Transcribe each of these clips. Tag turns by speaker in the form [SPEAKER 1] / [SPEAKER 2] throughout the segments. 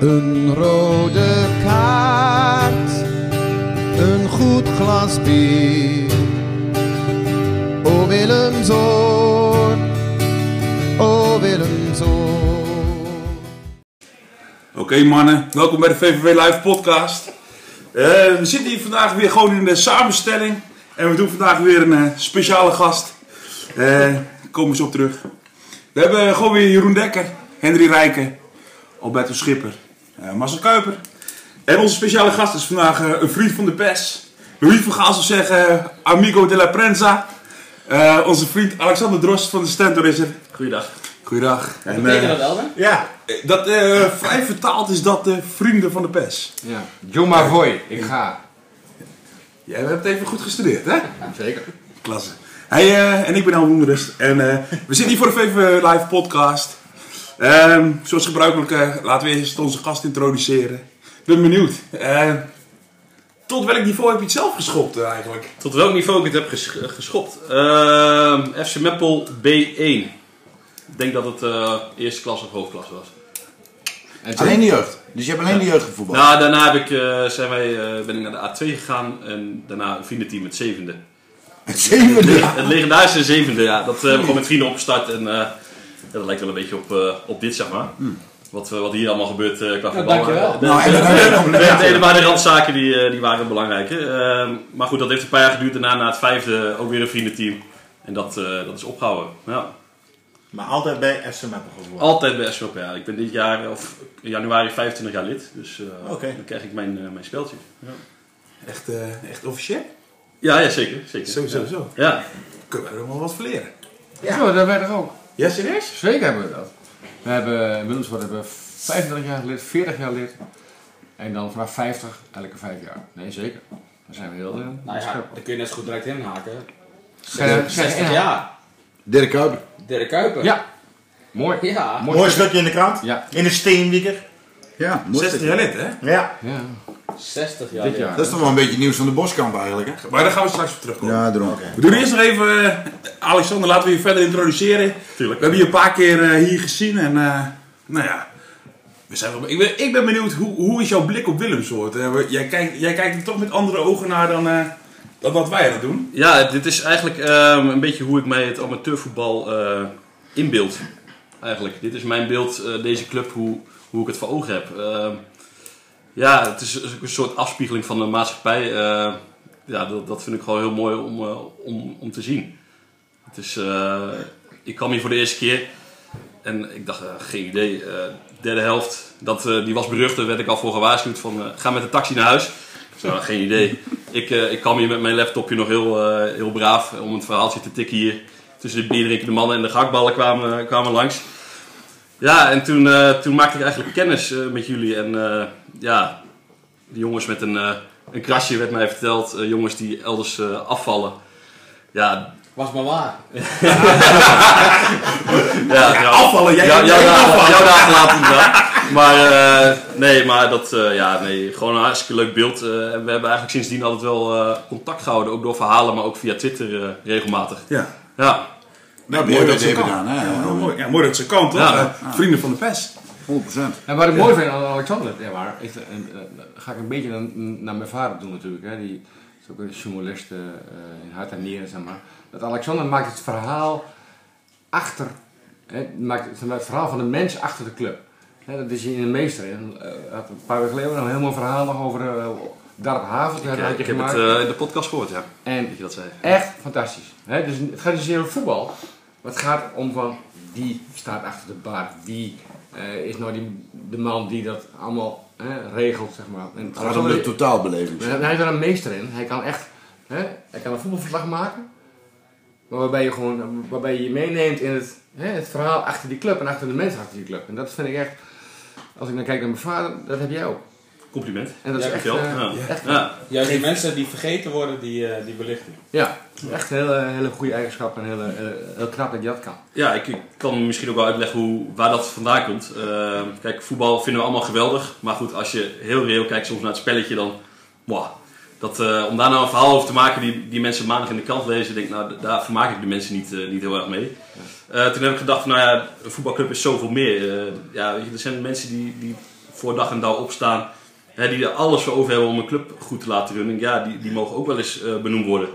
[SPEAKER 1] Een rode kaart, een goed glas bier. O Willem Zoon, o Willem Zoon.
[SPEAKER 2] Oké mannen, welkom bij de VVV Live podcast. Eh, we zitten hier vandaag weer gewoon in de samenstelling. En we doen vandaag weer een eh, speciale gast. Eh komen ze op terug. We hebben gewoon weer Jeroen Dekker, Henry Rijken, Alberto Schipper, eh Marcel Kuiper. En onze speciale gast is vandaag eh, een vriend van de pers. Louis van Gaal zou zeggen, eh, amigo de la prensa. Eh, onze vriend Alexander Drost van de Stentor is er.
[SPEAKER 3] Goeiedag.
[SPEAKER 2] Goeiedag. En,
[SPEAKER 3] Betekent
[SPEAKER 2] eh,
[SPEAKER 3] dat Elder?
[SPEAKER 4] Ja,
[SPEAKER 2] Dat eh, vrij vertaald is dat eh, vrienden van de pers.
[SPEAKER 4] ja. John Mavoy, ik ga.
[SPEAKER 2] Jij hebt even goed gestudeerd, hè?
[SPEAKER 4] Zeker.
[SPEAKER 2] Klasse. Hey, eh, en ik ben Al Woenderust. En eh, we zitten hier voor de VV Live podcast. Ehm, zoals gebruikelijk eh, laten we eerst onze gast introduceren. Ik ben benieuwd. eh, tot welk niveau heb je het zelf geschopt eh, eigenlijk?
[SPEAKER 3] Tot welk niveau ik het heb gesch- eh, geschopt? Ehm, FC Meppel B1. Ik denk dat het eh, eerste klas of hoofdklasse was.
[SPEAKER 4] En toen-
[SPEAKER 5] Alleen de jeugd. Dus je hebt alleen de jeugd gevoetbald.
[SPEAKER 3] Nou, daarna heb ik, eh, zijn wij, eh, ben ik naar de A2 gegaan en daarna een vriendenteam, het zevende.
[SPEAKER 5] Het zevende.
[SPEAKER 3] Het legendarische zevende, ja. Dat eh, hebben we gewoon met vrienden opgestart en eh, ja, dat lijkt wel een beetje op, eh, op dit, zeg maar. Wat, eh, wat hier allemaal gebeurt eh qua voetbal.
[SPEAKER 6] dankjewel.
[SPEAKER 3] Eh, de-
[SPEAKER 5] Hmm. Nou, en
[SPEAKER 3] de-
[SPEAKER 5] dan heb je nog een
[SPEAKER 3] De
[SPEAKER 5] compliment.
[SPEAKER 3] hele randzaken die, eh, die waren belangrijk. Hè? Ehm, maar goed, dat heeft een paar jaar geduurd. Daarna na het vijfde ook weer een vriendenteam. En dat, eh, dat is opgehouden. Ja.
[SPEAKER 4] Maar altijd bij SM hebben gevoerd.
[SPEAKER 3] Altijd bij SVP. Ja. Ik ben dit jaar, of in januari 25 jaar lid. Dus eh,
[SPEAKER 4] Oké.
[SPEAKER 3] dan krijg ik mijn, eh, mijn speldje.
[SPEAKER 2] Echt, eh, echt officieel?
[SPEAKER 3] Ja, ja zeker. zeker.
[SPEAKER 2] Zo, zo, zo.
[SPEAKER 3] Ja. Ja.
[SPEAKER 2] Kunnen we er wel wat van leren?
[SPEAKER 4] Zo, dat werd er ook.
[SPEAKER 2] Ja, serieus?
[SPEAKER 4] Zeker hebben we dat. We hebben, Willemswart hebben we 35 jaar lid, 40 jaar lid. En dan vanaf 50 elke 5 jaar. Nee, zeker. Dan zijn we heel eh,
[SPEAKER 6] Nou ja,
[SPEAKER 4] scherp.
[SPEAKER 6] dan kun je net zo goed direct inhaken.
[SPEAKER 4] Scherp, scherp,
[SPEAKER 6] 60
[SPEAKER 4] ja.
[SPEAKER 6] jaar.
[SPEAKER 5] Dirk Kuiper.
[SPEAKER 6] Dirk Kuiper.
[SPEAKER 4] Ja. Mooi.
[SPEAKER 6] Ja.
[SPEAKER 4] Mooi.
[SPEAKER 7] Mooi stukje in de krant.
[SPEAKER 4] Ja.
[SPEAKER 7] In de steenwieker.
[SPEAKER 5] Ja,
[SPEAKER 2] 60 jaar lid, hè?
[SPEAKER 7] Ja.
[SPEAKER 4] Ja,
[SPEAKER 6] 60 jaar.
[SPEAKER 4] dit
[SPEAKER 6] ja.
[SPEAKER 4] jaar.
[SPEAKER 5] Dat is toch wel een beetje nieuws van de boskamp eigenlijk, hè?
[SPEAKER 2] Maar daar gaan we straks op terugkomen.
[SPEAKER 5] Ja, daarom.
[SPEAKER 2] We doen eerst nog even, eh, Alexander, laten we je verder introduceren.
[SPEAKER 3] Tuurlijk.
[SPEAKER 2] We hebben je een paar keer eh, hier gezien en, eh, nou ja, we zijn wel, ik, ben, ik ben benieuwd, hoe, hoe is jouw blik op Willemsoort? Eh, we- jij, kijkt, jij kijkt er toch met andere ogen naar dan, eh, dan wat wij dat doen.
[SPEAKER 3] Ja, dit is eigenlijk ehm, een beetje hoe ik mij het amateurvoetbal eh, inbeeld. Eigenlijk. Dit is mijn beeld, eh, deze club, hoe, hoe ik het voor ogen heb. Ehm, ja, het is ook een soort afspiegeling van de maatschappij. Eh, ja, dat, dat vind ik gewoon heel mooi om, eh, om, om te zien. Het is, eh, ik kwam hier voor de eerste keer en ik dacht, eh, geen idee. eh, derde helft, dat, eh, die was berucht, daar werd ik al voor gewaarschuwd van eh, ga met de taxi naar huis. Ik zei, nou, geen idee. Ik, eh, ik kwam hier met mijn laptopje nog heel, eh, heel braaf om een verhaaltje te tikken hier. Tussen de bierdrinkende mannen en de gakballen kwamen, eh, kwamen langs. Ja, en toen, eh, toen maakte ik eigenlijk kennis eh, met jullie. En eh, ja, de jongens met een, eh, een krasje werd mij verteld. eh, jongens die elders eh, afvallen. Ja,
[SPEAKER 6] Was maar waar.
[SPEAKER 3] ja, ja,
[SPEAKER 2] Afvallen, jij
[SPEAKER 3] Ja,
[SPEAKER 2] jij
[SPEAKER 3] jouw dagen,
[SPEAKER 2] afvallen.
[SPEAKER 3] jouw dagen later inderdaad. Maar eh, nee, maar dat, eh, ja, nee, gewoon een hartstikke leuk beeld. eh, en we hebben eigenlijk sindsdien altijd wel eh, contact gehouden. Ook door verhalen, maar ook via Twitter eh, regelmatig.
[SPEAKER 2] Ja,
[SPEAKER 3] Ja,
[SPEAKER 5] Nou,
[SPEAKER 2] mooi
[SPEAKER 5] mooi
[SPEAKER 2] dat
[SPEAKER 5] dat
[SPEAKER 2] ze
[SPEAKER 5] je hebt
[SPEAKER 2] kan.
[SPEAKER 5] gedaan, hè?
[SPEAKER 2] heel mooi. Ja, mooi dat ze kan, toch?
[SPEAKER 3] Ja.
[SPEAKER 2] Eh, vrienden van de pest.
[SPEAKER 5] 100%.
[SPEAKER 4] En wat ik mooi vind aan Alexander, ja, maar ik, en, eh, ga ik een beetje naar, naar mijn vader toe natuurlijk. Hè, die is ook een journalist eh, eh, in hart en nieren, zeg maar. Dat Alexander maakt het verhaal achter, hè, maakt het, het verhaal van de mens achter de club. Hè, dat is hij in de meester. Hij had een paar weken geleden nog een heel mooi verhaal nog over eh, Darp Havel.
[SPEAKER 3] ik, eh, ik heb het eh, in de podcast gehoord, ja.
[SPEAKER 4] en
[SPEAKER 3] Dat je dat zei.
[SPEAKER 4] Echt fantastisch. Hè, dus het gaat dus niet om voetbal. Maar het gaat om van wie staat achter de bar. Wie eh, is nou die, de man die dat allemaal hè, regelt, zeg maar. En
[SPEAKER 5] Het gaat om de totaalbeleving.
[SPEAKER 4] hij hij is daar een meester in. Hij kan echt hè, hij kan een voetbalverslag maken. Maar waarbij je gewoon waarbij je je meeneemt in het, hè, het verhaal achter die club en achter de mensen achter die club. En dat vind ik echt, als ik dan kijk naar mijn vader, dat heb jij ook.
[SPEAKER 3] Compliment.
[SPEAKER 4] En dat
[SPEAKER 6] Ja,
[SPEAKER 4] is echt,
[SPEAKER 3] Dankjewel.
[SPEAKER 4] eh,
[SPEAKER 3] Ja.
[SPEAKER 4] echt
[SPEAKER 3] Ja.
[SPEAKER 6] Juist die mensen die vergeten worden, die, eh, die belichten.
[SPEAKER 4] Ja, echt een hele, hele goede eigenschap en hele, eh, heel knap dat je dat kan.
[SPEAKER 3] Ja, ik, ik kan misschien ook wel uitleggen hoe, waar dat vandaan komt. Ehm, kijk, voetbal vinden we allemaal geweldig. Maar goed, als je heel reëel kijkt soms naar het spelletje, dan... Mwah, dat, eh, om daar nou een verhaal over te maken die, die mensen maandag in de krant lezen... denk ik, nou, d- daar vermaak ik de mensen niet, eh, niet heel erg mee. Eh, toen heb ik gedacht, van, nou ja, een voetbalclub is zoveel meer. Eh, ja, weet je, er zijn mensen die, die voor dag en dauw opstaan. Hè, die er alles voor over hebben om een club goed te laten runnen. Ja, die, die mogen ook wel eens eh, benoemd worden.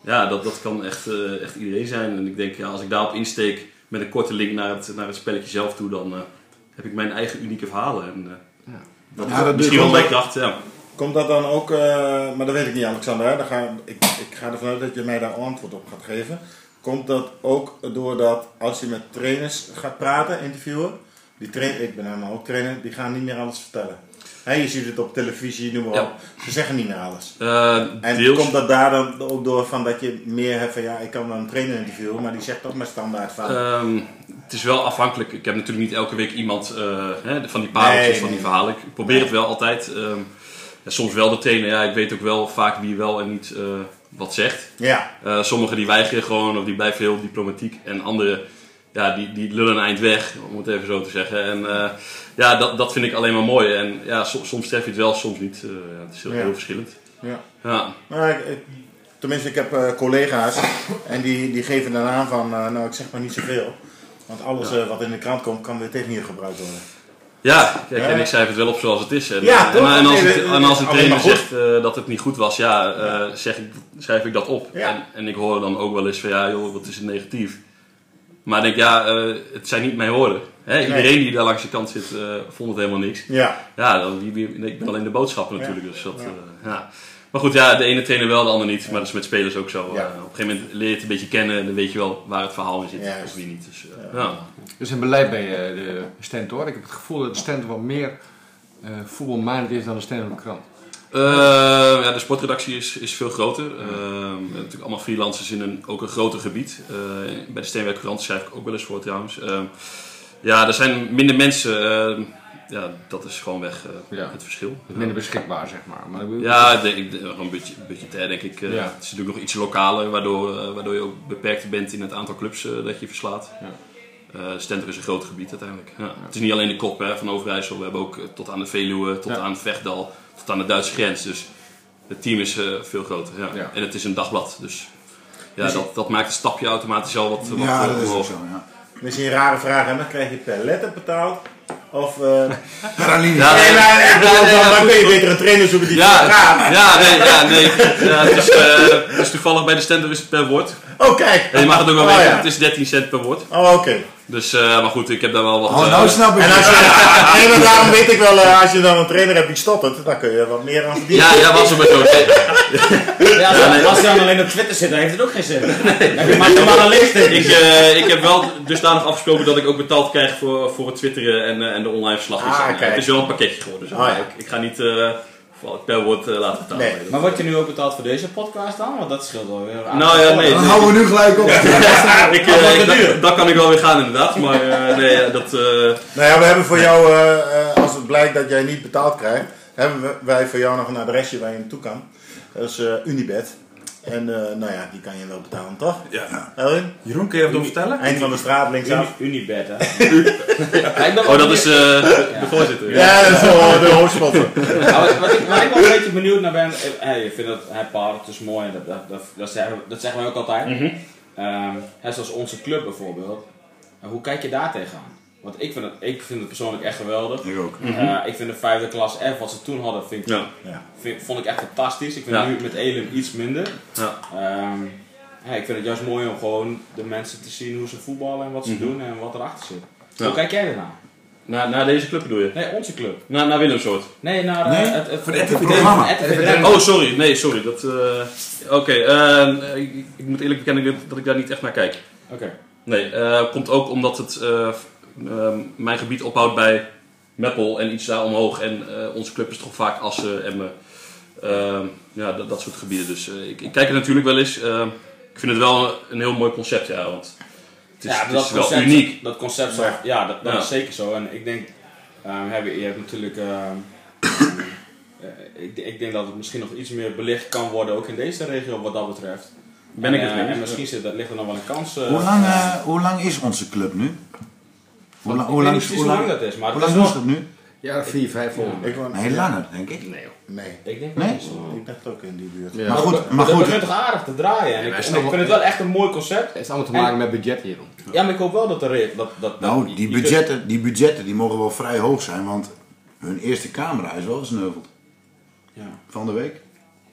[SPEAKER 3] Ja, dat, dat kan echt, eh, echt iedereen zijn. En ik denk, ja, als ik daarop insteek met een korte link naar het, naar het spelletje zelf toe, dan eh, heb ik mijn eigen unieke verhalen. En, eh,
[SPEAKER 4] Ja.
[SPEAKER 3] Dat
[SPEAKER 5] Ja, dat
[SPEAKER 3] is misschien
[SPEAKER 5] doe
[SPEAKER 3] wel
[SPEAKER 5] je
[SPEAKER 3] mijn kracht, ja.
[SPEAKER 7] Komt dat dan ook, eh, maar dat weet ik niet Alexander, hè? Dan ga, ik, ik ga ervan uit dat je mij daar antwoord op gaat geven. Komt dat ook doordat als je met trainers gaat praten, interviewen, die train, ik ben helemaal ook trainer, die gaan niet meer alles vertellen. Hè, je ziet het op televisie, noem maar
[SPEAKER 3] Ja.
[SPEAKER 7] op. Ze zeggen niet meer alles.
[SPEAKER 3] Eh,
[SPEAKER 7] En
[SPEAKER 3] deels.
[SPEAKER 7] komt dat daar dan ook door van dat je meer hebt van ja, ik kan wel een trainer interviewen, maar die zegt toch maar standaard van.
[SPEAKER 3] Ehm, het is wel afhankelijk. Ik heb natuurlijk niet elke week iemand eh, hè, van die pareltjes,
[SPEAKER 7] Nee,
[SPEAKER 3] van die
[SPEAKER 7] nee.
[SPEAKER 3] verhalen. Ik probeer het wel altijd. ehm, ja, soms wel de trainer. Ja, ik weet ook wel vaak wie wel en niet eh, wat zegt.
[SPEAKER 7] ja,
[SPEAKER 3] Eh, sommigen die weigeren gewoon of die blijven heel diplomatiek. En anderen ja, die, die lullen een eind weg, om het even zo te zeggen. En eh, ja, dat, dat vind ik alleen maar mooi. En ja, so- soms tref je het wel, soms niet. Eh, ja, het is heel,
[SPEAKER 7] Ja.
[SPEAKER 3] heel verschillend.
[SPEAKER 7] ja.
[SPEAKER 3] Ja.
[SPEAKER 7] Nou, ik, ik- tenminste, ik heb eh, collega's en die, die geven dan aan van, eh, nou ik zeg maar niet zoveel. Want alles eh, wat in de krant komt, kan weer tegen je gebruikt worden.
[SPEAKER 3] Ja, kijk, en
[SPEAKER 7] Ja.
[SPEAKER 3] ik schrijf het wel op zoals het is. En,
[SPEAKER 7] Ja,
[SPEAKER 3] en,
[SPEAKER 7] toch?
[SPEAKER 3] en als,
[SPEAKER 7] Nee,
[SPEAKER 3] het-
[SPEAKER 7] we-
[SPEAKER 3] en als een
[SPEAKER 7] alleen
[SPEAKER 3] trainer
[SPEAKER 7] maar goed.
[SPEAKER 3] zegt eh, dat het niet goed was, ja, eh, zeg ik, schrijf ik dat op.
[SPEAKER 7] Ja.
[SPEAKER 3] En, en ik hoor dan ook wel eens van, ja joh, wat is het negatief. Maar ik denk, ja, eh, het zijn niet mijn woorden. Hè, iedereen die daar langs de kant zit, eh, vond het helemaal niks.
[SPEAKER 7] Ja,
[SPEAKER 3] Ja, dan, wie- wie- nee, ik ben alleen de boodschapper natuurlijk. Dus dat, eh, ja. Maar goed, ja, de ene trainer wel, de ander niet. Maar dat is met spelers ook zo.
[SPEAKER 7] Ja.
[SPEAKER 3] Eh, op een gegeven moment leer je het een beetje kennen en dan weet je wel waar het verhaal in zit
[SPEAKER 7] Juist.
[SPEAKER 3] of wie niet. Dus, eh, ja.
[SPEAKER 4] Er is een beleid bij eh, de stand hoor. Ik heb het gevoel dat de stand wat meer eh voetbalminded is dan de stand op de krant.
[SPEAKER 3] Eh, ja, de sportredactie is, is veel groter. Eh, natuurlijk allemaal freelancers in een, ook een groter gebied. Eh, bij de Steenwerk Krant schrijf ik ook wel eens voor trouwens. Eh, ja, er zijn minder mensen. eh, ja, dat is gewoon weg eh,
[SPEAKER 4] Ja.
[SPEAKER 3] het verschil.
[SPEAKER 4] Minder beschikbaar zeg maar. maar ik bedoel-
[SPEAKER 3] Ja, ik denk, ik denk, gewoon budget, budgetair denk ik. eh,
[SPEAKER 4] Ja.
[SPEAKER 3] Het is natuurlijk nog iets lokaler, waardoor, eh, waardoor je ook beperkt bent in het aantal clubs eh, dat je verslaat.
[SPEAKER 4] Ja.
[SPEAKER 3] Eh, Stenter is een groot gebied uiteindelijk. Ja. Het is niet alleen de kop hè, van Overijssel, we hebben ook eh, tot aan de Veluwe, tot
[SPEAKER 4] Ja.
[SPEAKER 3] aan Vechtdal, tot aan de Duitse grens. Dus het team is eh, veel groter. Ja.
[SPEAKER 4] Ja.
[SPEAKER 3] En het is een dagblad, dus ja, dat, dat maakt het stapje automatisch al wat, wat
[SPEAKER 5] Ja,
[SPEAKER 3] eh,
[SPEAKER 5] dat is ook
[SPEAKER 3] omhoog.
[SPEAKER 5] zo, ja.
[SPEAKER 7] misschien een Dus rare vraag, hè? Dan krijg je per letter betaald. Of, eh
[SPEAKER 5] Paraline.
[SPEAKER 3] Ja,
[SPEAKER 7] nee, maar ik bedoel,
[SPEAKER 3] ja, ja,
[SPEAKER 7] dan,
[SPEAKER 3] goed,
[SPEAKER 7] kun je beter een trainer zoeken die
[SPEAKER 3] Ja,
[SPEAKER 7] gaat.
[SPEAKER 3] ja, nee, ja, nee. Ja, het is, eh, dus toevallig bij de Stenter is het per woord.
[SPEAKER 7] Oh, kijk.
[SPEAKER 3] En je mag het ook wel
[SPEAKER 7] Oh,
[SPEAKER 3] weten,
[SPEAKER 7] ja.
[SPEAKER 3] het is 13 cent per woord.
[SPEAKER 7] Oh, oké.
[SPEAKER 3] Dus, eh, maar goed, ik heb daar wel wat...
[SPEAKER 5] Oh,
[SPEAKER 3] eh,
[SPEAKER 5] nou snap ik
[SPEAKER 7] En
[SPEAKER 5] het.
[SPEAKER 7] als je, nee, maar daarom weet ik wel, eh, als je dan een trainer hebt die stopt het, dan kun je wat meer aan verdienen.
[SPEAKER 3] ja, ja, was er maar zo.
[SPEAKER 6] Ja, als, als hij dan alleen op Twitter zit, dan heeft het ook geen zin. Heb je maar een lichting.
[SPEAKER 3] Ik, eh, ik heb wel dusdanig afgesproken dat ik ook betaald krijg voor, voor het twitteren en, eh, en de online verslagjes.
[SPEAKER 7] Ah,
[SPEAKER 3] En, eh,
[SPEAKER 7] kijk.
[SPEAKER 3] het is wel een pakketje geworden. Dus
[SPEAKER 7] Ah, ja.
[SPEAKER 3] ik, ik ga niet eh, voor- per woord eh, laten betalen.
[SPEAKER 7] Nee,
[SPEAKER 3] Nee, dat-
[SPEAKER 6] Maar word je nu ook betaald voor deze podcast dan? Want dat scheelt wel weer.
[SPEAKER 3] Nou ja, nee.
[SPEAKER 6] Oh,
[SPEAKER 5] Dan
[SPEAKER 3] nee.
[SPEAKER 5] houden we nu gelijk op.
[SPEAKER 3] ik, eh, ik- dat, dat kan ik wel weer gaan inderdaad. Maar eh, nee, eh, dat... eh,
[SPEAKER 7] Nou ja, we hebben voor jou, eh, eh, als het blijkt dat jij niet betaald krijgt, hebben we- wij voor jou nog een adresje waar je naartoe kan. Dat is eh, Unibed. En eh, nou ja, die kan je wel betalen, toch?
[SPEAKER 2] Ja.
[SPEAKER 7] Elwin?
[SPEAKER 2] Jeroen, kun je dat nog vertellen?
[SPEAKER 7] Eind van de straat, linksaf.
[SPEAKER 6] Unibed, hè?
[SPEAKER 3] oh, dat is eh, de voorzitter. ja.
[SPEAKER 7] Ja, dat is wel de hoofdsponsor.
[SPEAKER 3] eh,
[SPEAKER 6] Maar wat, wat ik, waar ik wel een beetje benieuwd naar ben, eh, hey, ik vind dat hey, Paul, het is mooi en dat, dat, dat, dat, zeggen, we- dat zeggen wij ook altijd.
[SPEAKER 3] Mhm.
[SPEAKER 6] Ehm, hè, zoals onze club bijvoorbeeld. En hoe kijk je daar tegenaan? Want ik vind het, ik vind het persoonlijk echt geweldig.
[SPEAKER 5] Ik ook.
[SPEAKER 6] Eh, ik vind de vijfde klas F, wat ze toen hadden, vind ik,
[SPEAKER 3] Mhm. Ja.
[SPEAKER 6] vind- vond ik echt fantastisch. Ik vind
[SPEAKER 3] Ja.
[SPEAKER 6] nu met Elim iets minder.
[SPEAKER 3] Ja.
[SPEAKER 6] Ehm, ja, ik vind het juist mooi om gewoon de mensen te zien hoe ze voetballen en wat ze doen en wat erachter zit.
[SPEAKER 3] Mhm. Ja.
[SPEAKER 6] Hoe kijk jij ernaar?
[SPEAKER 3] Na, na deze club bedoel je?
[SPEAKER 6] Nee, onze club.
[SPEAKER 3] Na, na Willemsoort?
[SPEAKER 6] Nee, naar eh,
[SPEAKER 5] Nee,
[SPEAKER 6] het, het,
[SPEAKER 5] voor de RTV programma.
[SPEAKER 6] het RTV Drenthe.
[SPEAKER 3] Oh, sorry. Nee, sorry. Dat, eh, Oké, eh, ik, ik moet eerlijk bekennen dat ik daar niet echt naar kijk.
[SPEAKER 6] Oké.
[SPEAKER 3] Nee, eh, komt ook omdat het eh, f- ehm, mijn gebied ophoudt bij Meppel en iets daar omhoog. En eh, onze club is toch vaak Assen, Emmen, ehm, ja, dat, dat soort gebieden. Dus eh, ik, ik kijk het natuurlijk wel eens. Ehm, ik vind het wel een, een heel mooi concept, ja. Want het is,
[SPEAKER 5] Dus
[SPEAKER 6] ja,
[SPEAKER 3] het
[SPEAKER 6] dat
[SPEAKER 3] is wel
[SPEAKER 6] concept,
[SPEAKER 3] uniek.
[SPEAKER 6] Dat concept, zo, ja, dat, dat
[SPEAKER 3] Ja.
[SPEAKER 6] is zeker zo. En ik denk, ehm, heb je, je hebt natuurlijk, ehm, eh, ik, ik denk dat het misschien nog iets meer belicht kan worden, ook in deze regio wat dat betreft.
[SPEAKER 3] Ben ik
[SPEAKER 6] En,
[SPEAKER 3] het
[SPEAKER 6] eh,
[SPEAKER 3] mee
[SPEAKER 6] En
[SPEAKER 3] eens?
[SPEAKER 6] misschien zit, dat, ligt er nog wel een kans. eh,
[SPEAKER 5] Hoe lang,
[SPEAKER 6] eh,
[SPEAKER 5] eh, hoe lang is onze club nu? Hoe lang,
[SPEAKER 6] ik
[SPEAKER 5] hoe
[SPEAKER 6] weet
[SPEAKER 5] lang,
[SPEAKER 6] niet precies
[SPEAKER 5] hoe lang,
[SPEAKER 6] dat is, maar
[SPEAKER 5] hoe
[SPEAKER 6] het
[SPEAKER 5] lang
[SPEAKER 6] is
[SPEAKER 5] doen ze
[SPEAKER 6] nog...
[SPEAKER 5] dat nu?
[SPEAKER 4] Ja, vier, vijf honderd.
[SPEAKER 7] Ik woon-
[SPEAKER 5] Heel langer, denk ik.
[SPEAKER 7] Nee,
[SPEAKER 6] Ik denk
[SPEAKER 5] Nee?
[SPEAKER 6] dat het is.
[SPEAKER 7] ik dacht ook in die buurt.
[SPEAKER 5] Maar goed, maar
[SPEAKER 6] Maar dat begint
[SPEAKER 5] goed.
[SPEAKER 6] toch aardig te draaien. En ik,
[SPEAKER 4] maar
[SPEAKER 6] en
[SPEAKER 4] snap
[SPEAKER 6] ik
[SPEAKER 4] wel-
[SPEAKER 6] vind het wel echt een mooi concept.
[SPEAKER 4] Het heeft allemaal te maken met budget hierom.
[SPEAKER 6] Ja, maar ik hoop wel dat er... Dat, dat, dat-
[SPEAKER 5] Nou, die
[SPEAKER 6] je kunt-
[SPEAKER 5] budgetten, die budgetten die mogen wel vrij hoog zijn, want Hun eerste camera is wel gesneuveld.
[SPEAKER 6] Ja.
[SPEAKER 5] Van de week.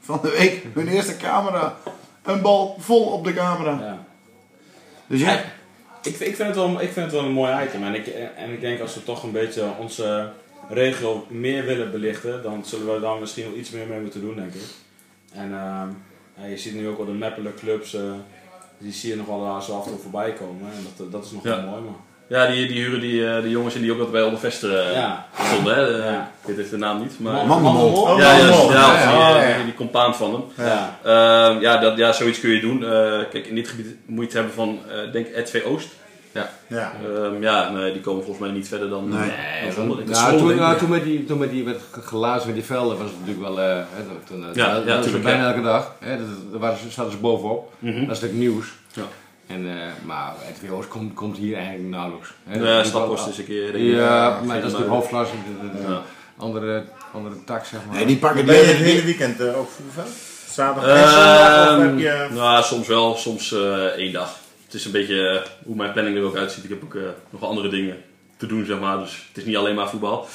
[SPEAKER 5] Van de week. Hun eerste camera. Een bal vol op de camera.
[SPEAKER 6] Ja.
[SPEAKER 5] Dus ja.
[SPEAKER 6] Ik, ik, vind het wel, ik vind het wel een mooi item. En ik, en ik denk als we toch een beetje onze regio meer willen belichten, dan zullen we daar misschien wel iets meer mee moeten doen, denk ik. En ehm, ja, je ziet nu ook al de Meppelen clubs, eh, die zie je nog wel eh, zo af en toe voorbij komen. En dat, dat is nog
[SPEAKER 3] Ja.
[SPEAKER 6] wel mooi, man.
[SPEAKER 3] Ja, die, die huren die, eh, die jongens in die ook altijd bij Oldervest eh
[SPEAKER 6] Ja.
[SPEAKER 3] stonden. Hè? Eh,
[SPEAKER 6] Ja.
[SPEAKER 3] Ik weet even de naam niet. Maar...
[SPEAKER 5] Mandelmond.
[SPEAKER 6] Mandelmond?
[SPEAKER 3] ja, ja, ja,
[SPEAKER 5] ja, ja,
[SPEAKER 3] die,
[SPEAKER 5] ja.
[SPEAKER 3] eh, die compaan van hem.
[SPEAKER 6] Ja.
[SPEAKER 3] Ehm, ja, dat, ja, zoiets kun je doen. Eh, kijk, in dit gebied moet je het hebben van, eh denk RTV Oost.
[SPEAKER 7] Ja.
[SPEAKER 3] Ehm, ja, nee, die komen volgens mij niet verder dan... eh,
[SPEAKER 5] Nee.
[SPEAKER 3] dan Zwolle.
[SPEAKER 4] Nou,
[SPEAKER 3] Dat is Zwolle,
[SPEAKER 4] toen,
[SPEAKER 3] denk ik.
[SPEAKER 4] nou, toen met die, toen met die werd gelazen met die velden was het natuurlijk wel. eh, hè, dat- toen, eh,
[SPEAKER 3] Ja, ja,
[SPEAKER 4] dat was
[SPEAKER 3] tuurlijk,
[SPEAKER 4] bijna
[SPEAKER 3] ja.
[SPEAKER 4] elke dag. Hè, dat, daar waren ze, zaten ze bovenop.
[SPEAKER 3] Mhm.
[SPEAKER 4] Dat is natuurlijk nieuws.
[SPEAKER 3] Ja.
[SPEAKER 4] En, eh, maar het WO's komt, komt hier eigenlijk nauwelijks. hè. Dat
[SPEAKER 3] Ja,
[SPEAKER 4] natuurlijk
[SPEAKER 3] Stappost
[SPEAKER 4] wel-
[SPEAKER 3] is een keer... denk ik.
[SPEAKER 4] Ja, maar
[SPEAKER 3] Geen
[SPEAKER 4] dat is
[SPEAKER 3] maar-
[SPEAKER 4] de hoofdklasse. de- de- de
[SPEAKER 3] Ja.
[SPEAKER 4] Andere, andere tak, zeg maar.
[SPEAKER 5] Nee, die pakken
[SPEAKER 7] Ben je het
[SPEAKER 5] die,
[SPEAKER 7] hele
[SPEAKER 5] die,
[SPEAKER 7] weekend eh, ook voetbal? Zaterdag en zondag of
[SPEAKER 3] Ehm,
[SPEAKER 7] heb je...
[SPEAKER 3] nou, soms wel, soms eh, één dag. Het is een beetje eh, hoe mijn planning er ook uitziet. Ik heb ook eh, nog andere dingen te doen, zeg maar. Dus het is niet alleen maar voetbal.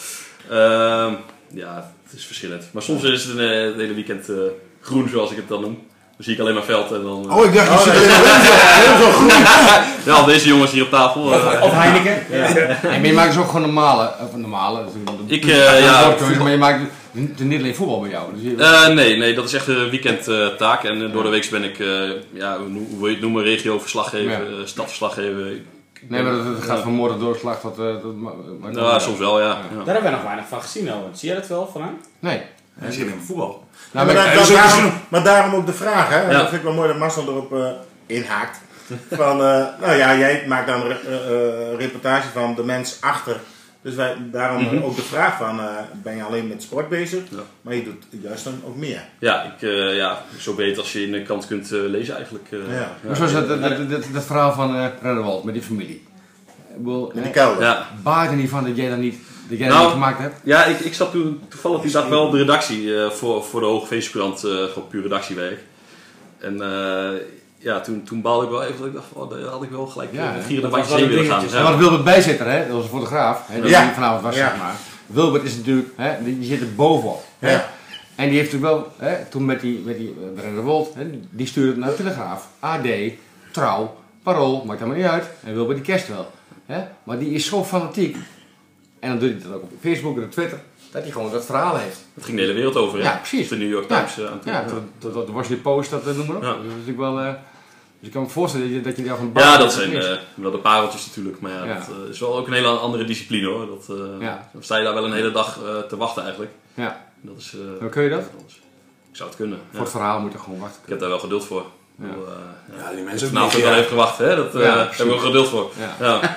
[SPEAKER 3] Ehm, ja, het is verschillend. Maar soms is het een, eh, het hele weekend eh, groen, zoals ik het dan noem. Dan zie ik alleen maar veld en dan... eh,
[SPEAKER 5] Oh, ik dacht, je zit in Renzo. Renzo Groen.
[SPEAKER 3] Ja, deze jongens hier op tafel. eh,
[SPEAKER 6] Of Heineken.
[SPEAKER 4] En, maar je maakt dus ook gewoon normale. Of normale natuurlijk, want-
[SPEAKER 3] ik, eh, ja...
[SPEAKER 4] Dat wordt keuze, maar je maakt het is niet alleen voetbal bij jou. Dus je,
[SPEAKER 3] eh, nee, nee, dat is echt een weekendtaak. en eh, door de week ben ik, eh, ja, hoe hoe wil je het noemen, regioverslaggever,
[SPEAKER 4] Ja.
[SPEAKER 3] eh, stadsverslaggever. Ik-
[SPEAKER 4] nee, maar dat, dat gaat van doorslag tot. eh, tot ma- ma-
[SPEAKER 3] Nou, ja, soms wel, ja. ja.
[SPEAKER 6] Daar hebben we nog weinig van gezien, Owen. Zie jij dat wel van hem?
[SPEAKER 4] Nee.
[SPEAKER 5] Hij zit in voetbal.
[SPEAKER 4] Nou,
[SPEAKER 7] maar,
[SPEAKER 4] maar,
[SPEAKER 7] daar-
[SPEAKER 2] dat is
[SPEAKER 7] daar-
[SPEAKER 2] ook
[SPEAKER 7] daarom,
[SPEAKER 2] zo.
[SPEAKER 7] maar daarom ook de vraag, hè? En
[SPEAKER 3] Ja.
[SPEAKER 7] Dat vind ik wel mooi dat Marcel erop eh, inhaakt. Van, eh, nou ja, jij maakt dan een re- eh, eh, reportage van de mens achter. Dus wij, daarom eh, ook de vraag van, eh, ben je alleen met sport bezig?
[SPEAKER 3] Mhm. Ja.
[SPEAKER 7] Maar je doet juist dan ook meer.
[SPEAKER 3] Ja, ik, eh, ja, zo beter als je in de krant kunt eh, lezen eigenlijk. eh.
[SPEAKER 7] Ja.
[SPEAKER 4] maar zoals dat, dat, dat, dat- dat verhaal van eh Rennewald met die familie. Ik bedoel,
[SPEAKER 7] In de kelder.
[SPEAKER 3] ja.
[SPEAKER 4] baart er niet van dat jij dat niet, dat jij dat
[SPEAKER 3] Nou,
[SPEAKER 4] niet gemaakt hebt?
[SPEAKER 3] Ja, ik, ik zat toen toevallig die dag wel op de redactie eh, voor, voor de Hoge Feestkrant, eh, gewoon puur redactiewerk. En eh, ja, toen, toen baalde ik wel even dat ik dacht, van, oh, daar had ik wel gelijk
[SPEAKER 4] Ja,
[SPEAKER 3] ja, gieren
[SPEAKER 6] dat
[SPEAKER 3] een
[SPEAKER 6] was
[SPEAKER 3] bandje
[SPEAKER 6] wel
[SPEAKER 3] heen
[SPEAKER 6] een
[SPEAKER 3] willen gaan.
[SPEAKER 4] En wat Wilbert bijzitter, hè? dat was een fotograaf, hè, die
[SPEAKER 7] Ja.
[SPEAKER 4] hier vanavond was,
[SPEAKER 7] Ja.
[SPEAKER 4] zeg maar. Wilbert is natuurlijk, hè, die, die zit er bovenop. Hè?
[SPEAKER 7] Ja.
[SPEAKER 4] En die heeft natuurlijk wel, hè, toen met die, met die eh, Brenner Wold, hè, die stuurde het naar de Telegraaf, AD, Trouw, Parool, maakt dat maar niet uit. En Wilbert die kerst wel. Hè? Maar die is zo fanatiek. En dan doet hij dat ook op Facebook en op Twitter, dat hij gewoon dat verhaal heeft.
[SPEAKER 3] Het ging de hele wereld over, hè?
[SPEAKER 4] Ja, precies.
[SPEAKER 3] De New York
[SPEAKER 4] Ja.
[SPEAKER 3] Times eh, aan toe.
[SPEAKER 4] Ja, tot, tot, tot de Washington Post, dat eh, noem maar op.
[SPEAKER 3] Ja.
[SPEAKER 4] Dat is natuurlijk wel... eh, dus ik kan me voorstellen dat je, dat je daar van
[SPEAKER 3] Ja,
[SPEAKER 4] baalt
[SPEAKER 3] dat
[SPEAKER 4] je
[SPEAKER 3] zijn
[SPEAKER 4] niks.
[SPEAKER 3] eh, wel de pareltjes natuurlijk, maar ja,
[SPEAKER 4] Ja.
[SPEAKER 3] dat eh, is wel ook een hele andere discipline hoor. Dat, eh,
[SPEAKER 4] Ja.
[SPEAKER 3] Dan sta je daar wel een hele dag eh, te wachten eigenlijk.
[SPEAKER 4] Ja,
[SPEAKER 3] Dat is, eh,
[SPEAKER 4] dan kun je dat.
[SPEAKER 3] Ik zou het kunnen. ja.
[SPEAKER 4] Voor het verhaal moet je gewoon wachten.
[SPEAKER 3] Ik heb daar wel geduld voor.
[SPEAKER 4] Ja.
[SPEAKER 3] Ik bedoel, eh,
[SPEAKER 5] Ja, die
[SPEAKER 3] Dus
[SPEAKER 5] mensen
[SPEAKER 3] vanavond wel even gewacht, hè? Dat, eh
[SPEAKER 4] Ja,
[SPEAKER 3] daar heb ik wel geduld voor.
[SPEAKER 4] Ja.
[SPEAKER 3] Ja,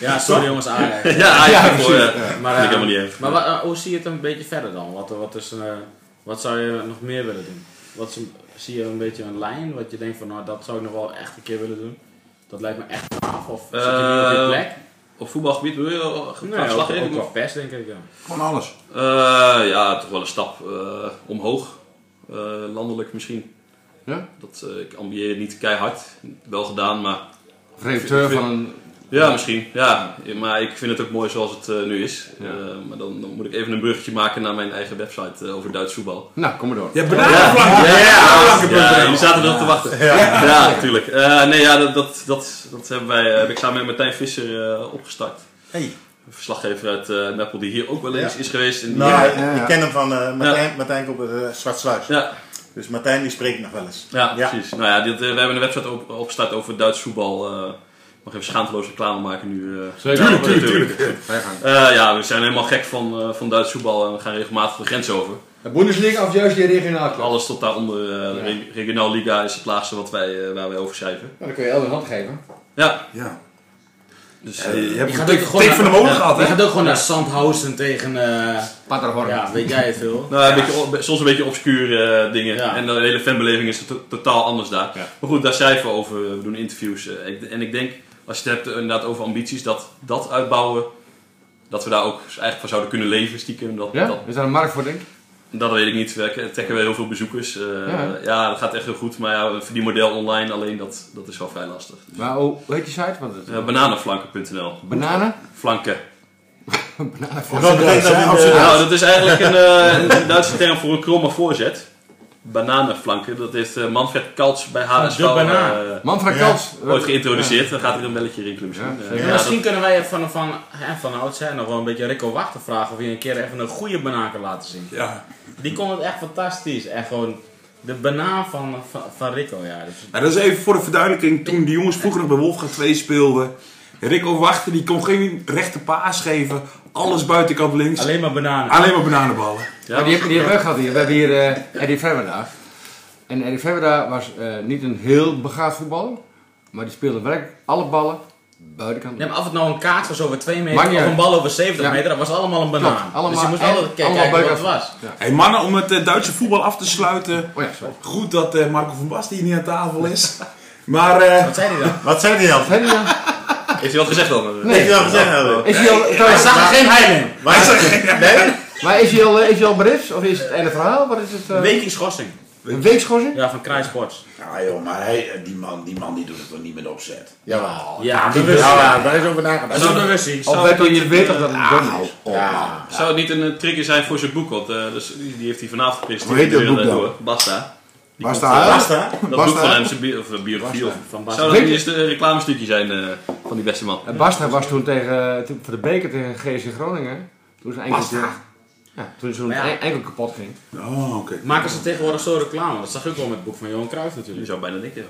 [SPEAKER 6] Ja, sorry jongens,
[SPEAKER 3] ja,
[SPEAKER 6] Ajax.
[SPEAKER 3] eigenlijk
[SPEAKER 4] Ja,
[SPEAKER 3] voor,
[SPEAKER 4] precies,
[SPEAKER 3] eh,
[SPEAKER 4] ja.
[SPEAKER 3] vind
[SPEAKER 6] Maar, eh,
[SPEAKER 3] ik helemaal niet erg.
[SPEAKER 6] maar wa- eh, hoe zie je het een beetje verder dan? Wat, wat, is, een, eh, wat zou je nog meer willen doen? Wat is een- zie je een beetje een lijn? Wat je denkt van, nou, dat zou ik nog wel echt een keer willen doen. Dat lijkt me echt gaaf. Of zit je nu op je
[SPEAKER 3] Eh,
[SPEAKER 6] plek?
[SPEAKER 3] Op voetbalgebied wil je eh, wel gaan
[SPEAKER 6] Nee, ook,
[SPEAKER 3] slag
[SPEAKER 6] ook
[SPEAKER 3] in?
[SPEAKER 6] wel pers, denk ik. Ja.
[SPEAKER 5] Gewoon alles.
[SPEAKER 3] Eh, ja, toch wel een stap eh, omhoog. Eh, landelijk misschien.
[SPEAKER 4] Ja?
[SPEAKER 3] Dat, eh, ik ambieer niet keihard. Wel gedaan, maar...
[SPEAKER 4] Of redacteur van een...
[SPEAKER 3] Ja, misschien. Ja. Maar ik vind het ook mooi zoals het eh, nu is.
[SPEAKER 4] Ja.
[SPEAKER 3] Eh, maar dan, dan moet ik even een bruggetje maken naar mijn eigen website eh, over Duits voetbal.
[SPEAKER 4] Nou, kom maar door.
[SPEAKER 2] Je hebt bananenvlakken.
[SPEAKER 3] Ja, jullie zaten erop te wachten. Ja, natuurlijk. Eh, nee, ja, dat, dat, dat, dat hebben wij, eh, heb ik samen met Martijn Visser eh, opgestart.
[SPEAKER 7] Hey.
[SPEAKER 3] Een verslaggever uit eh Meppel die hier ook wel eens is geweest. En die-
[SPEAKER 7] Nou,
[SPEAKER 5] Ja,
[SPEAKER 7] ik-
[SPEAKER 5] ja, ja.
[SPEAKER 7] ik ken hem van eh, Martijn, Martijn komt uit eh, Zwartsluis.
[SPEAKER 3] ja,
[SPEAKER 7] Dus Martijn die spreekt nog wel eens.
[SPEAKER 3] ja,
[SPEAKER 7] Ja.
[SPEAKER 3] precies. Nou ja, dit, eh, we hebben een website op, opgestart over Duits voetbal. eh mag even schaamteloos reclame maken nu. eh.
[SPEAKER 4] Zeker. Tuurlijk, tuurlijk,
[SPEAKER 3] Eh, ja, we zijn helemaal gek van, eh, van Duits voetbal en we gaan regelmatig de grens over.
[SPEAKER 4] De Bundesliga of juist die regionaal club?
[SPEAKER 3] Alles tot daaronder. eh, de re- regionaal liga is het laagste wat wij, eh, waar wij over schrijven.
[SPEAKER 4] Nou, dan kun je elke hand geven.
[SPEAKER 3] Ja,
[SPEAKER 5] Ja.
[SPEAKER 3] dus...
[SPEAKER 5] Ja,
[SPEAKER 3] eh,
[SPEAKER 5] je hebt
[SPEAKER 6] Je
[SPEAKER 5] een
[SPEAKER 6] gaat ook
[SPEAKER 5] tik
[SPEAKER 6] gewoon
[SPEAKER 5] tik van de
[SPEAKER 6] naar-
[SPEAKER 5] molen gehad,
[SPEAKER 6] Je
[SPEAKER 5] hè?
[SPEAKER 6] gaat ook gewoon naar Sandhausen tegen, eh,
[SPEAKER 4] Paderborn.
[SPEAKER 6] ja, weet jij het veel?
[SPEAKER 3] Nou, een beetje, o- soms een beetje obscure eh, dingen.
[SPEAKER 6] Ja.
[SPEAKER 3] En de hele fanbeleving is to- totaal anders daar. Maar goed, daar schrijven we over. We doen interviews. eh, ik- En ik denk, als je het hebt eh, inderdaad over ambities, dat dat uitbouwen, dat we daar ook eigenlijk van zouden kunnen leven stiekem. Dat, dat,
[SPEAKER 4] Ja? Is daar een markt voor, denk ik?
[SPEAKER 3] dat weet ik niet. We trekken wel heel veel bezoekers. eh,
[SPEAKER 4] Ja.
[SPEAKER 3] ja. dat gaat echt heel goed. Maar ja, voor die model online alleen, dat, dat is wel vrij lastig.
[SPEAKER 4] oh, Maar hoe hoe heet die site? Want het,
[SPEAKER 3] Eh, bananenflanken.nl
[SPEAKER 4] bananen?
[SPEAKER 3] Flanken.
[SPEAKER 4] een banaan voor.
[SPEAKER 7] Dat betekent dat hij de-
[SPEAKER 3] Nou, dat is eigenlijk een, eh, een Duitse term voor een kromme voorzet. Bananenflanken, dat heeft eh, Manfred Kaltz bij HSV
[SPEAKER 6] De banaan.
[SPEAKER 3] eh,
[SPEAKER 4] Manfred
[SPEAKER 7] Ja.
[SPEAKER 4] Kals.
[SPEAKER 3] ooit geïntroduceerd. Dan gaat er een belletje rinkelen misschien.
[SPEAKER 4] Ja,
[SPEAKER 3] Eh,
[SPEAKER 4] zeker.
[SPEAKER 3] ja, dat-
[SPEAKER 6] Misschien kunnen wij van, van, hè, van oudsher nog wel een beetje Rico Wachter vragen of hij een keer even een goede banaan kan laten zien.
[SPEAKER 2] Ja.
[SPEAKER 6] Die kon het echt fantastisch. En gewoon de banaan van, van, van Rico, ja. Dat is-
[SPEAKER 2] Nou, dat is even voor de verduidelijking. Toen die jongens vroeger nog bij Wolfgang 2 speelden. Rico Wachter, die kon geen rechte paas geven. Alles buitenkant links. Alleen,
[SPEAKER 6] alleen maar bananen.
[SPEAKER 2] maar bananenballen.
[SPEAKER 4] Ja, die hebben die hebben we gehad hier. We hebben hier eh Eddie Verwerda. En Eddie Verwerda was eh, niet een heel begaafd voetballer, maar die speelde wel alle ballen buitenkant.
[SPEAKER 6] Nee, maar af het nou een kaart was over 2 meter
[SPEAKER 4] Maakt niet
[SPEAKER 6] of een
[SPEAKER 4] uit.
[SPEAKER 6] bal over 70
[SPEAKER 4] Ja.
[SPEAKER 6] meter, dat was allemaal een banaan.
[SPEAKER 4] Klopt, allemaal-
[SPEAKER 6] dus je moest
[SPEAKER 4] en-
[SPEAKER 6] altijd kijken,
[SPEAKER 4] allemaal
[SPEAKER 6] kijken wat het
[SPEAKER 4] buiten-
[SPEAKER 6] was.
[SPEAKER 2] Hey mannen, om het eh, Duitse voetbal af te sluiten.
[SPEAKER 4] Oh ja, sorry.
[SPEAKER 2] Goed dat eh, Marco van Basten hier niet aan tafel is. Maar eh,
[SPEAKER 6] Wat zei hij dan?
[SPEAKER 7] Wat zei die al?
[SPEAKER 4] Heb je dat?
[SPEAKER 3] Heeft hij wat gezegd dan?
[SPEAKER 7] Weet je wat gezegd hebben?
[SPEAKER 4] Is hij al,
[SPEAKER 6] Hij
[SPEAKER 4] trouwens,
[SPEAKER 6] zag er geen heil in.
[SPEAKER 7] Maar nee,
[SPEAKER 4] maar is hij al, eh, is hij al bericht? Of is het einde verhaal? Wat is het? eh,
[SPEAKER 6] Een week in schorsing.
[SPEAKER 4] een weekschorsing?
[SPEAKER 6] Ja, van Kraai Sports.
[SPEAKER 8] Ja joh, maar hij, die, man, die man die doet het toch niet met opzet?
[SPEAKER 7] Jawel.
[SPEAKER 6] Ja, bewust. Dus- Ja,
[SPEAKER 7] Ja, daar is over nagedacht.
[SPEAKER 6] dat is bewust. Ik
[SPEAKER 4] Of
[SPEAKER 6] zou-
[SPEAKER 4] weet je, je weet toch dat het Ah, dom is?
[SPEAKER 3] Zou het niet een eh, trigger zijn voor zijn boek? Want eh, dus, die die heeft hij vanavond gepresenteerd.
[SPEAKER 5] Hoe heet dat
[SPEAKER 3] Die wil
[SPEAKER 5] boek dan?
[SPEAKER 3] daardoor. eh, Basta. Die
[SPEAKER 5] Waar
[SPEAKER 3] komt, eh,
[SPEAKER 5] staat hij?
[SPEAKER 7] Basta.
[SPEAKER 3] Dat
[SPEAKER 5] Basta.
[SPEAKER 3] boek van hem, zijn bi- of, eh, biografie. Of,
[SPEAKER 6] Van Bas.
[SPEAKER 3] zou dat niet
[SPEAKER 4] Weet-
[SPEAKER 3] eens een reclamestukje zijn eh, van die beste man?
[SPEAKER 4] En Basta was toen tegen, toen- voor de beker tegen GC Groningen. Toen zijn enkel, ja, toen zo'n
[SPEAKER 6] Maar ja.
[SPEAKER 4] en- enkel kapot ging.
[SPEAKER 2] Oh, oké.
[SPEAKER 6] Maken ze tegenwoordig zo reclame? Dat zag ik wel met het boek van Johan Cruijff
[SPEAKER 3] Je
[SPEAKER 6] natuurlijk.
[SPEAKER 3] zou bijna denken.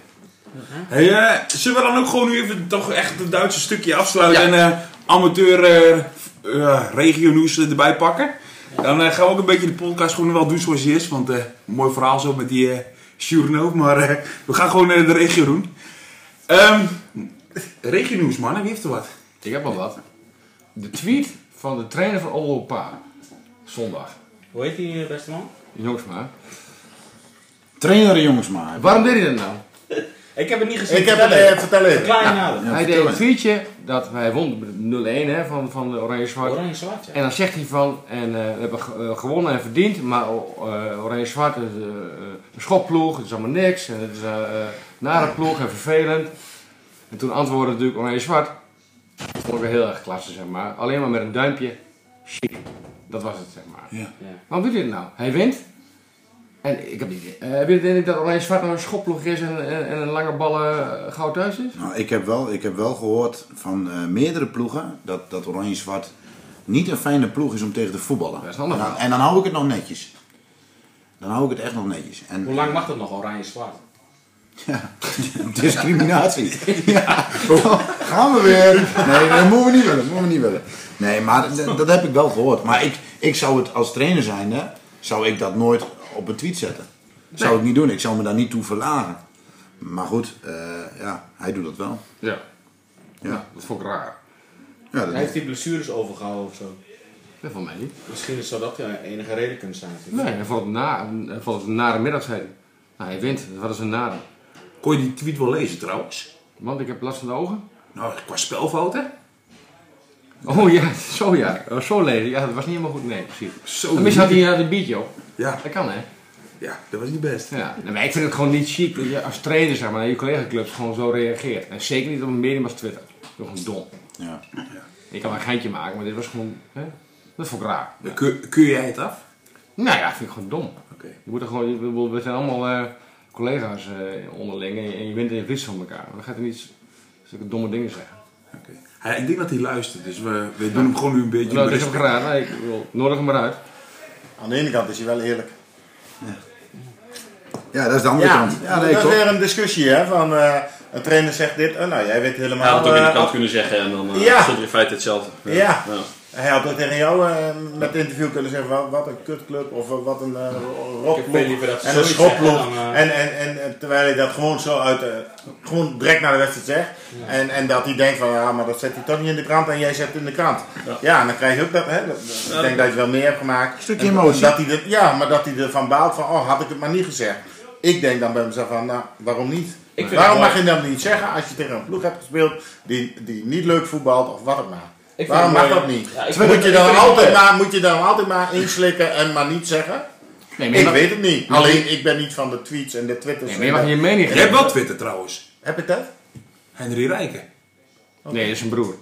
[SPEAKER 2] Hey, eh, zullen we dan ook gewoon nu even toch echt het Duitse stukje afsluiten
[SPEAKER 3] Ja.
[SPEAKER 2] en eh, amateur eh regio nieuws erbij pakken? Dan eh, gaan we ook een beetje de podcast gewoon wel doen zoals die is, want eh, mooi verhaal zo met die eh Sjoerd ook, maar eh, we gaan gewoon eh, de regio doen. Ehm regio nieuws man, wie heeft er wat?
[SPEAKER 4] Ik heb al wat. De tweet van de trainer van Omloop Pa. Zondag.
[SPEAKER 6] Hoe heet die eh, beste man?
[SPEAKER 4] Jongens maar.
[SPEAKER 5] Trainer jongens maar.
[SPEAKER 4] Waarom deed hij dat nou?
[SPEAKER 6] Ik heb het niet gezien.
[SPEAKER 7] Ik heb het
[SPEAKER 6] Vertel
[SPEAKER 7] eh,
[SPEAKER 6] even.
[SPEAKER 7] vertel even.
[SPEAKER 6] Verklaar je nader.
[SPEAKER 5] Ja,
[SPEAKER 4] hij deed
[SPEAKER 5] vertel
[SPEAKER 4] een tweetje dat hij won met 0-1 hè, van, van de Oranje Zwart.
[SPEAKER 6] Oranje zwart, ja.
[SPEAKER 4] En dan zegt hij van, en, eh, we hebben ge- eh, gewonnen en verdiend, maar eh, Oranje Zwart is eh, eh, een schopploeg, het is allemaal niks, en het is eh, eh, nare ploeg en vervelend. En toen antwoordde natuurlijk Oranje Zwart, dat vond ik wel heel erg klasse zeg maar, alleen maar met een duimpje, shit, dat was het zeg
[SPEAKER 5] Ja.
[SPEAKER 4] maar.
[SPEAKER 6] Ja.
[SPEAKER 4] Waarom doet hij dit nou? Hij wint. En ik heb niet, eh, heb je het idee dat Oranje Zwart nou een schopploeg is en, en, en een lange ballen eh, gauw thuis is?
[SPEAKER 8] Nou, ik heb wel, ik heb wel gehoord van eh, meerdere ploegen dat, dat Oranje-Zwart niet een fijne ploeg is om tegen te voetballen.
[SPEAKER 4] Dat is een ander
[SPEAKER 8] en, dan,
[SPEAKER 4] verhaal.
[SPEAKER 8] en dan hou ik het nog netjes. Dan hou ik het echt nog netjes. En
[SPEAKER 6] Hoe lang mag dat nog, oranje zwart?
[SPEAKER 8] Discriminatie. ja. Oh, Gaan we weer. Nee, dat moeten we niet willen. Moeten we niet willen. Nee, maar d- dat heb ik wel gehoord. Maar ik, ik zou het als trainer zijnde, zou ik dat nooit op een tweet zetten. Zou ik niet doen. Ik zou me daar niet toe verlagen. Maar goed, eh, ja, hij doet dat wel.
[SPEAKER 4] Ja.
[SPEAKER 8] Ja.
[SPEAKER 4] Nou, dat vond ik raar.
[SPEAKER 8] Ja, dat
[SPEAKER 6] Hij heeft die blessures overgehouden of zo.
[SPEAKER 4] Dat vond mij niet.
[SPEAKER 6] Misschien zou dat de enige reden kunnen zijn. natuurlijk.
[SPEAKER 4] Nee, hij vond het, na, hij vond het een nare middag, zei hij. Nou, hij wint. Wat is een nare?
[SPEAKER 2] Kon je die tweet wel lezen trouwens?
[SPEAKER 4] Want ik heb last van de ogen.
[SPEAKER 2] Nou, qua spelfouten?
[SPEAKER 4] Oh ja, zo ja. Oh, Zo lezen. Ja, dat was niet helemaal goed. Nee, precies.
[SPEAKER 2] Zo.
[SPEAKER 4] Dan had hij had een biertje op.
[SPEAKER 2] Ja,
[SPEAKER 4] Dat kan, hè?
[SPEAKER 2] ja, dat was niet best.
[SPEAKER 4] Ja. Nee, maar ik vind het gewoon niet chic dat je als trainer, zeg maar, naar je collega-clubs gewoon zo reageert. En zeker niet op een medium als Twitter. Dat is gewoon dom.
[SPEAKER 8] Ja.
[SPEAKER 4] Ik kan wel een geintje maken, maar dit was gewoon... Hè? Dat vond ik raar.
[SPEAKER 2] Keur, keur jij het af?
[SPEAKER 4] Nou ja, vind ik gewoon dom.
[SPEAKER 2] Oké.
[SPEAKER 4] Je moet er gewoon, je- we- we zijn allemaal eh, collega's eh, onderling en je, en je wint en je verliest van elkaar. Dan gaat er niet zulke domme dingen zeggen.
[SPEAKER 2] Oké. Hij- ik denk dat hij luistert, dus we, we doen hem gewoon nu een beetje.
[SPEAKER 4] Nou, dat is
[SPEAKER 2] bericht.
[SPEAKER 4] hem gedaan. Nee, ik wil, nodig hem maar uit.
[SPEAKER 7] Aan de ene kant is hij wel eerlijk.
[SPEAKER 8] ja, dat is de andere kant. Ja, nee,
[SPEAKER 7] dat is
[SPEAKER 8] klopt.
[SPEAKER 7] weer een discussie, hè? Van eh, een trainer zegt dit, eh, nou jij weet helemaal.
[SPEAKER 3] Hij had het ook in de
[SPEAKER 7] eh,
[SPEAKER 3] krant kunnen zeggen en dan eh,
[SPEAKER 7] ja.
[SPEAKER 3] stond er in feite hetzelfde.
[SPEAKER 7] Ja. Hij had ook tegen jou eh, met het interview kunnen zeggen, wat, wat een kutclub of eh, wat een eh
[SPEAKER 6] Ik vind
[SPEAKER 7] rotploeg
[SPEAKER 6] liever dat ze
[SPEAKER 7] en een
[SPEAKER 6] zoiets
[SPEAKER 7] schopploeg.
[SPEAKER 6] zeggen dan, eh.
[SPEAKER 7] En, en, en, en terwijl hij dat gewoon zo uit, eh, gewoon direct naar de wedstrijd zegt. En, en dat hij denkt van, ja maar dat zet hij toch niet in de krant en jij zet het in de krant. Ja, en dan krijg je ook dat, hè, dat- ik denk dat je wel meer hebt gemaakt. Een
[SPEAKER 8] stukje emotie.
[SPEAKER 7] Dat hij er- ja, maar dat hij ervan baalt van, oh had ik het maar niet gezegd. Ik denk dan bij mezelf van, nou waarom niet?
[SPEAKER 6] vind
[SPEAKER 7] Waarom
[SPEAKER 6] het
[SPEAKER 7] mag je dat niet zeggen als je tegen een ploeg hebt gespeeld die, die niet leuk voetbalt of wat het maar?
[SPEAKER 6] Ik vind
[SPEAKER 7] Waarom
[SPEAKER 6] het
[SPEAKER 7] mag
[SPEAKER 6] mooi.
[SPEAKER 7] dat niet?
[SPEAKER 6] Ja, ik vind
[SPEAKER 7] moet,
[SPEAKER 6] het-
[SPEAKER 7] je
[SPEAKER 6] ik
[SPEAKER 7] dan
[SPEAKER 6] vind het
[SPEAKER 7] altijd
[SPEAKER 6] mooi.
[SPEAKER 7] maar, moet je dan altijd maar inslikken en maar niet zeggen?
[SPEAKER 4] Nee, maar je
[SPEAKER 7] Ik
[SPEAKER 4] mag,
[SPEAKER 7] weet het niet. Alleen ik ben niet van de tweets en de twitters.
[SPEAKER 4] nee, maar je mag je
[SPEAKER 7] en de-
[SPEAKER 4] mening
[SPEAKER 2] Jij hebt
[SPEAKER 4] geven.
[SPEAKER 2] wel Twitter trouwens.
[SPEAKER 7] Heb ik dat?
[SPEAKER 2] Henry Rijken.
[SPEAKER 4] Nee, dat is een broer.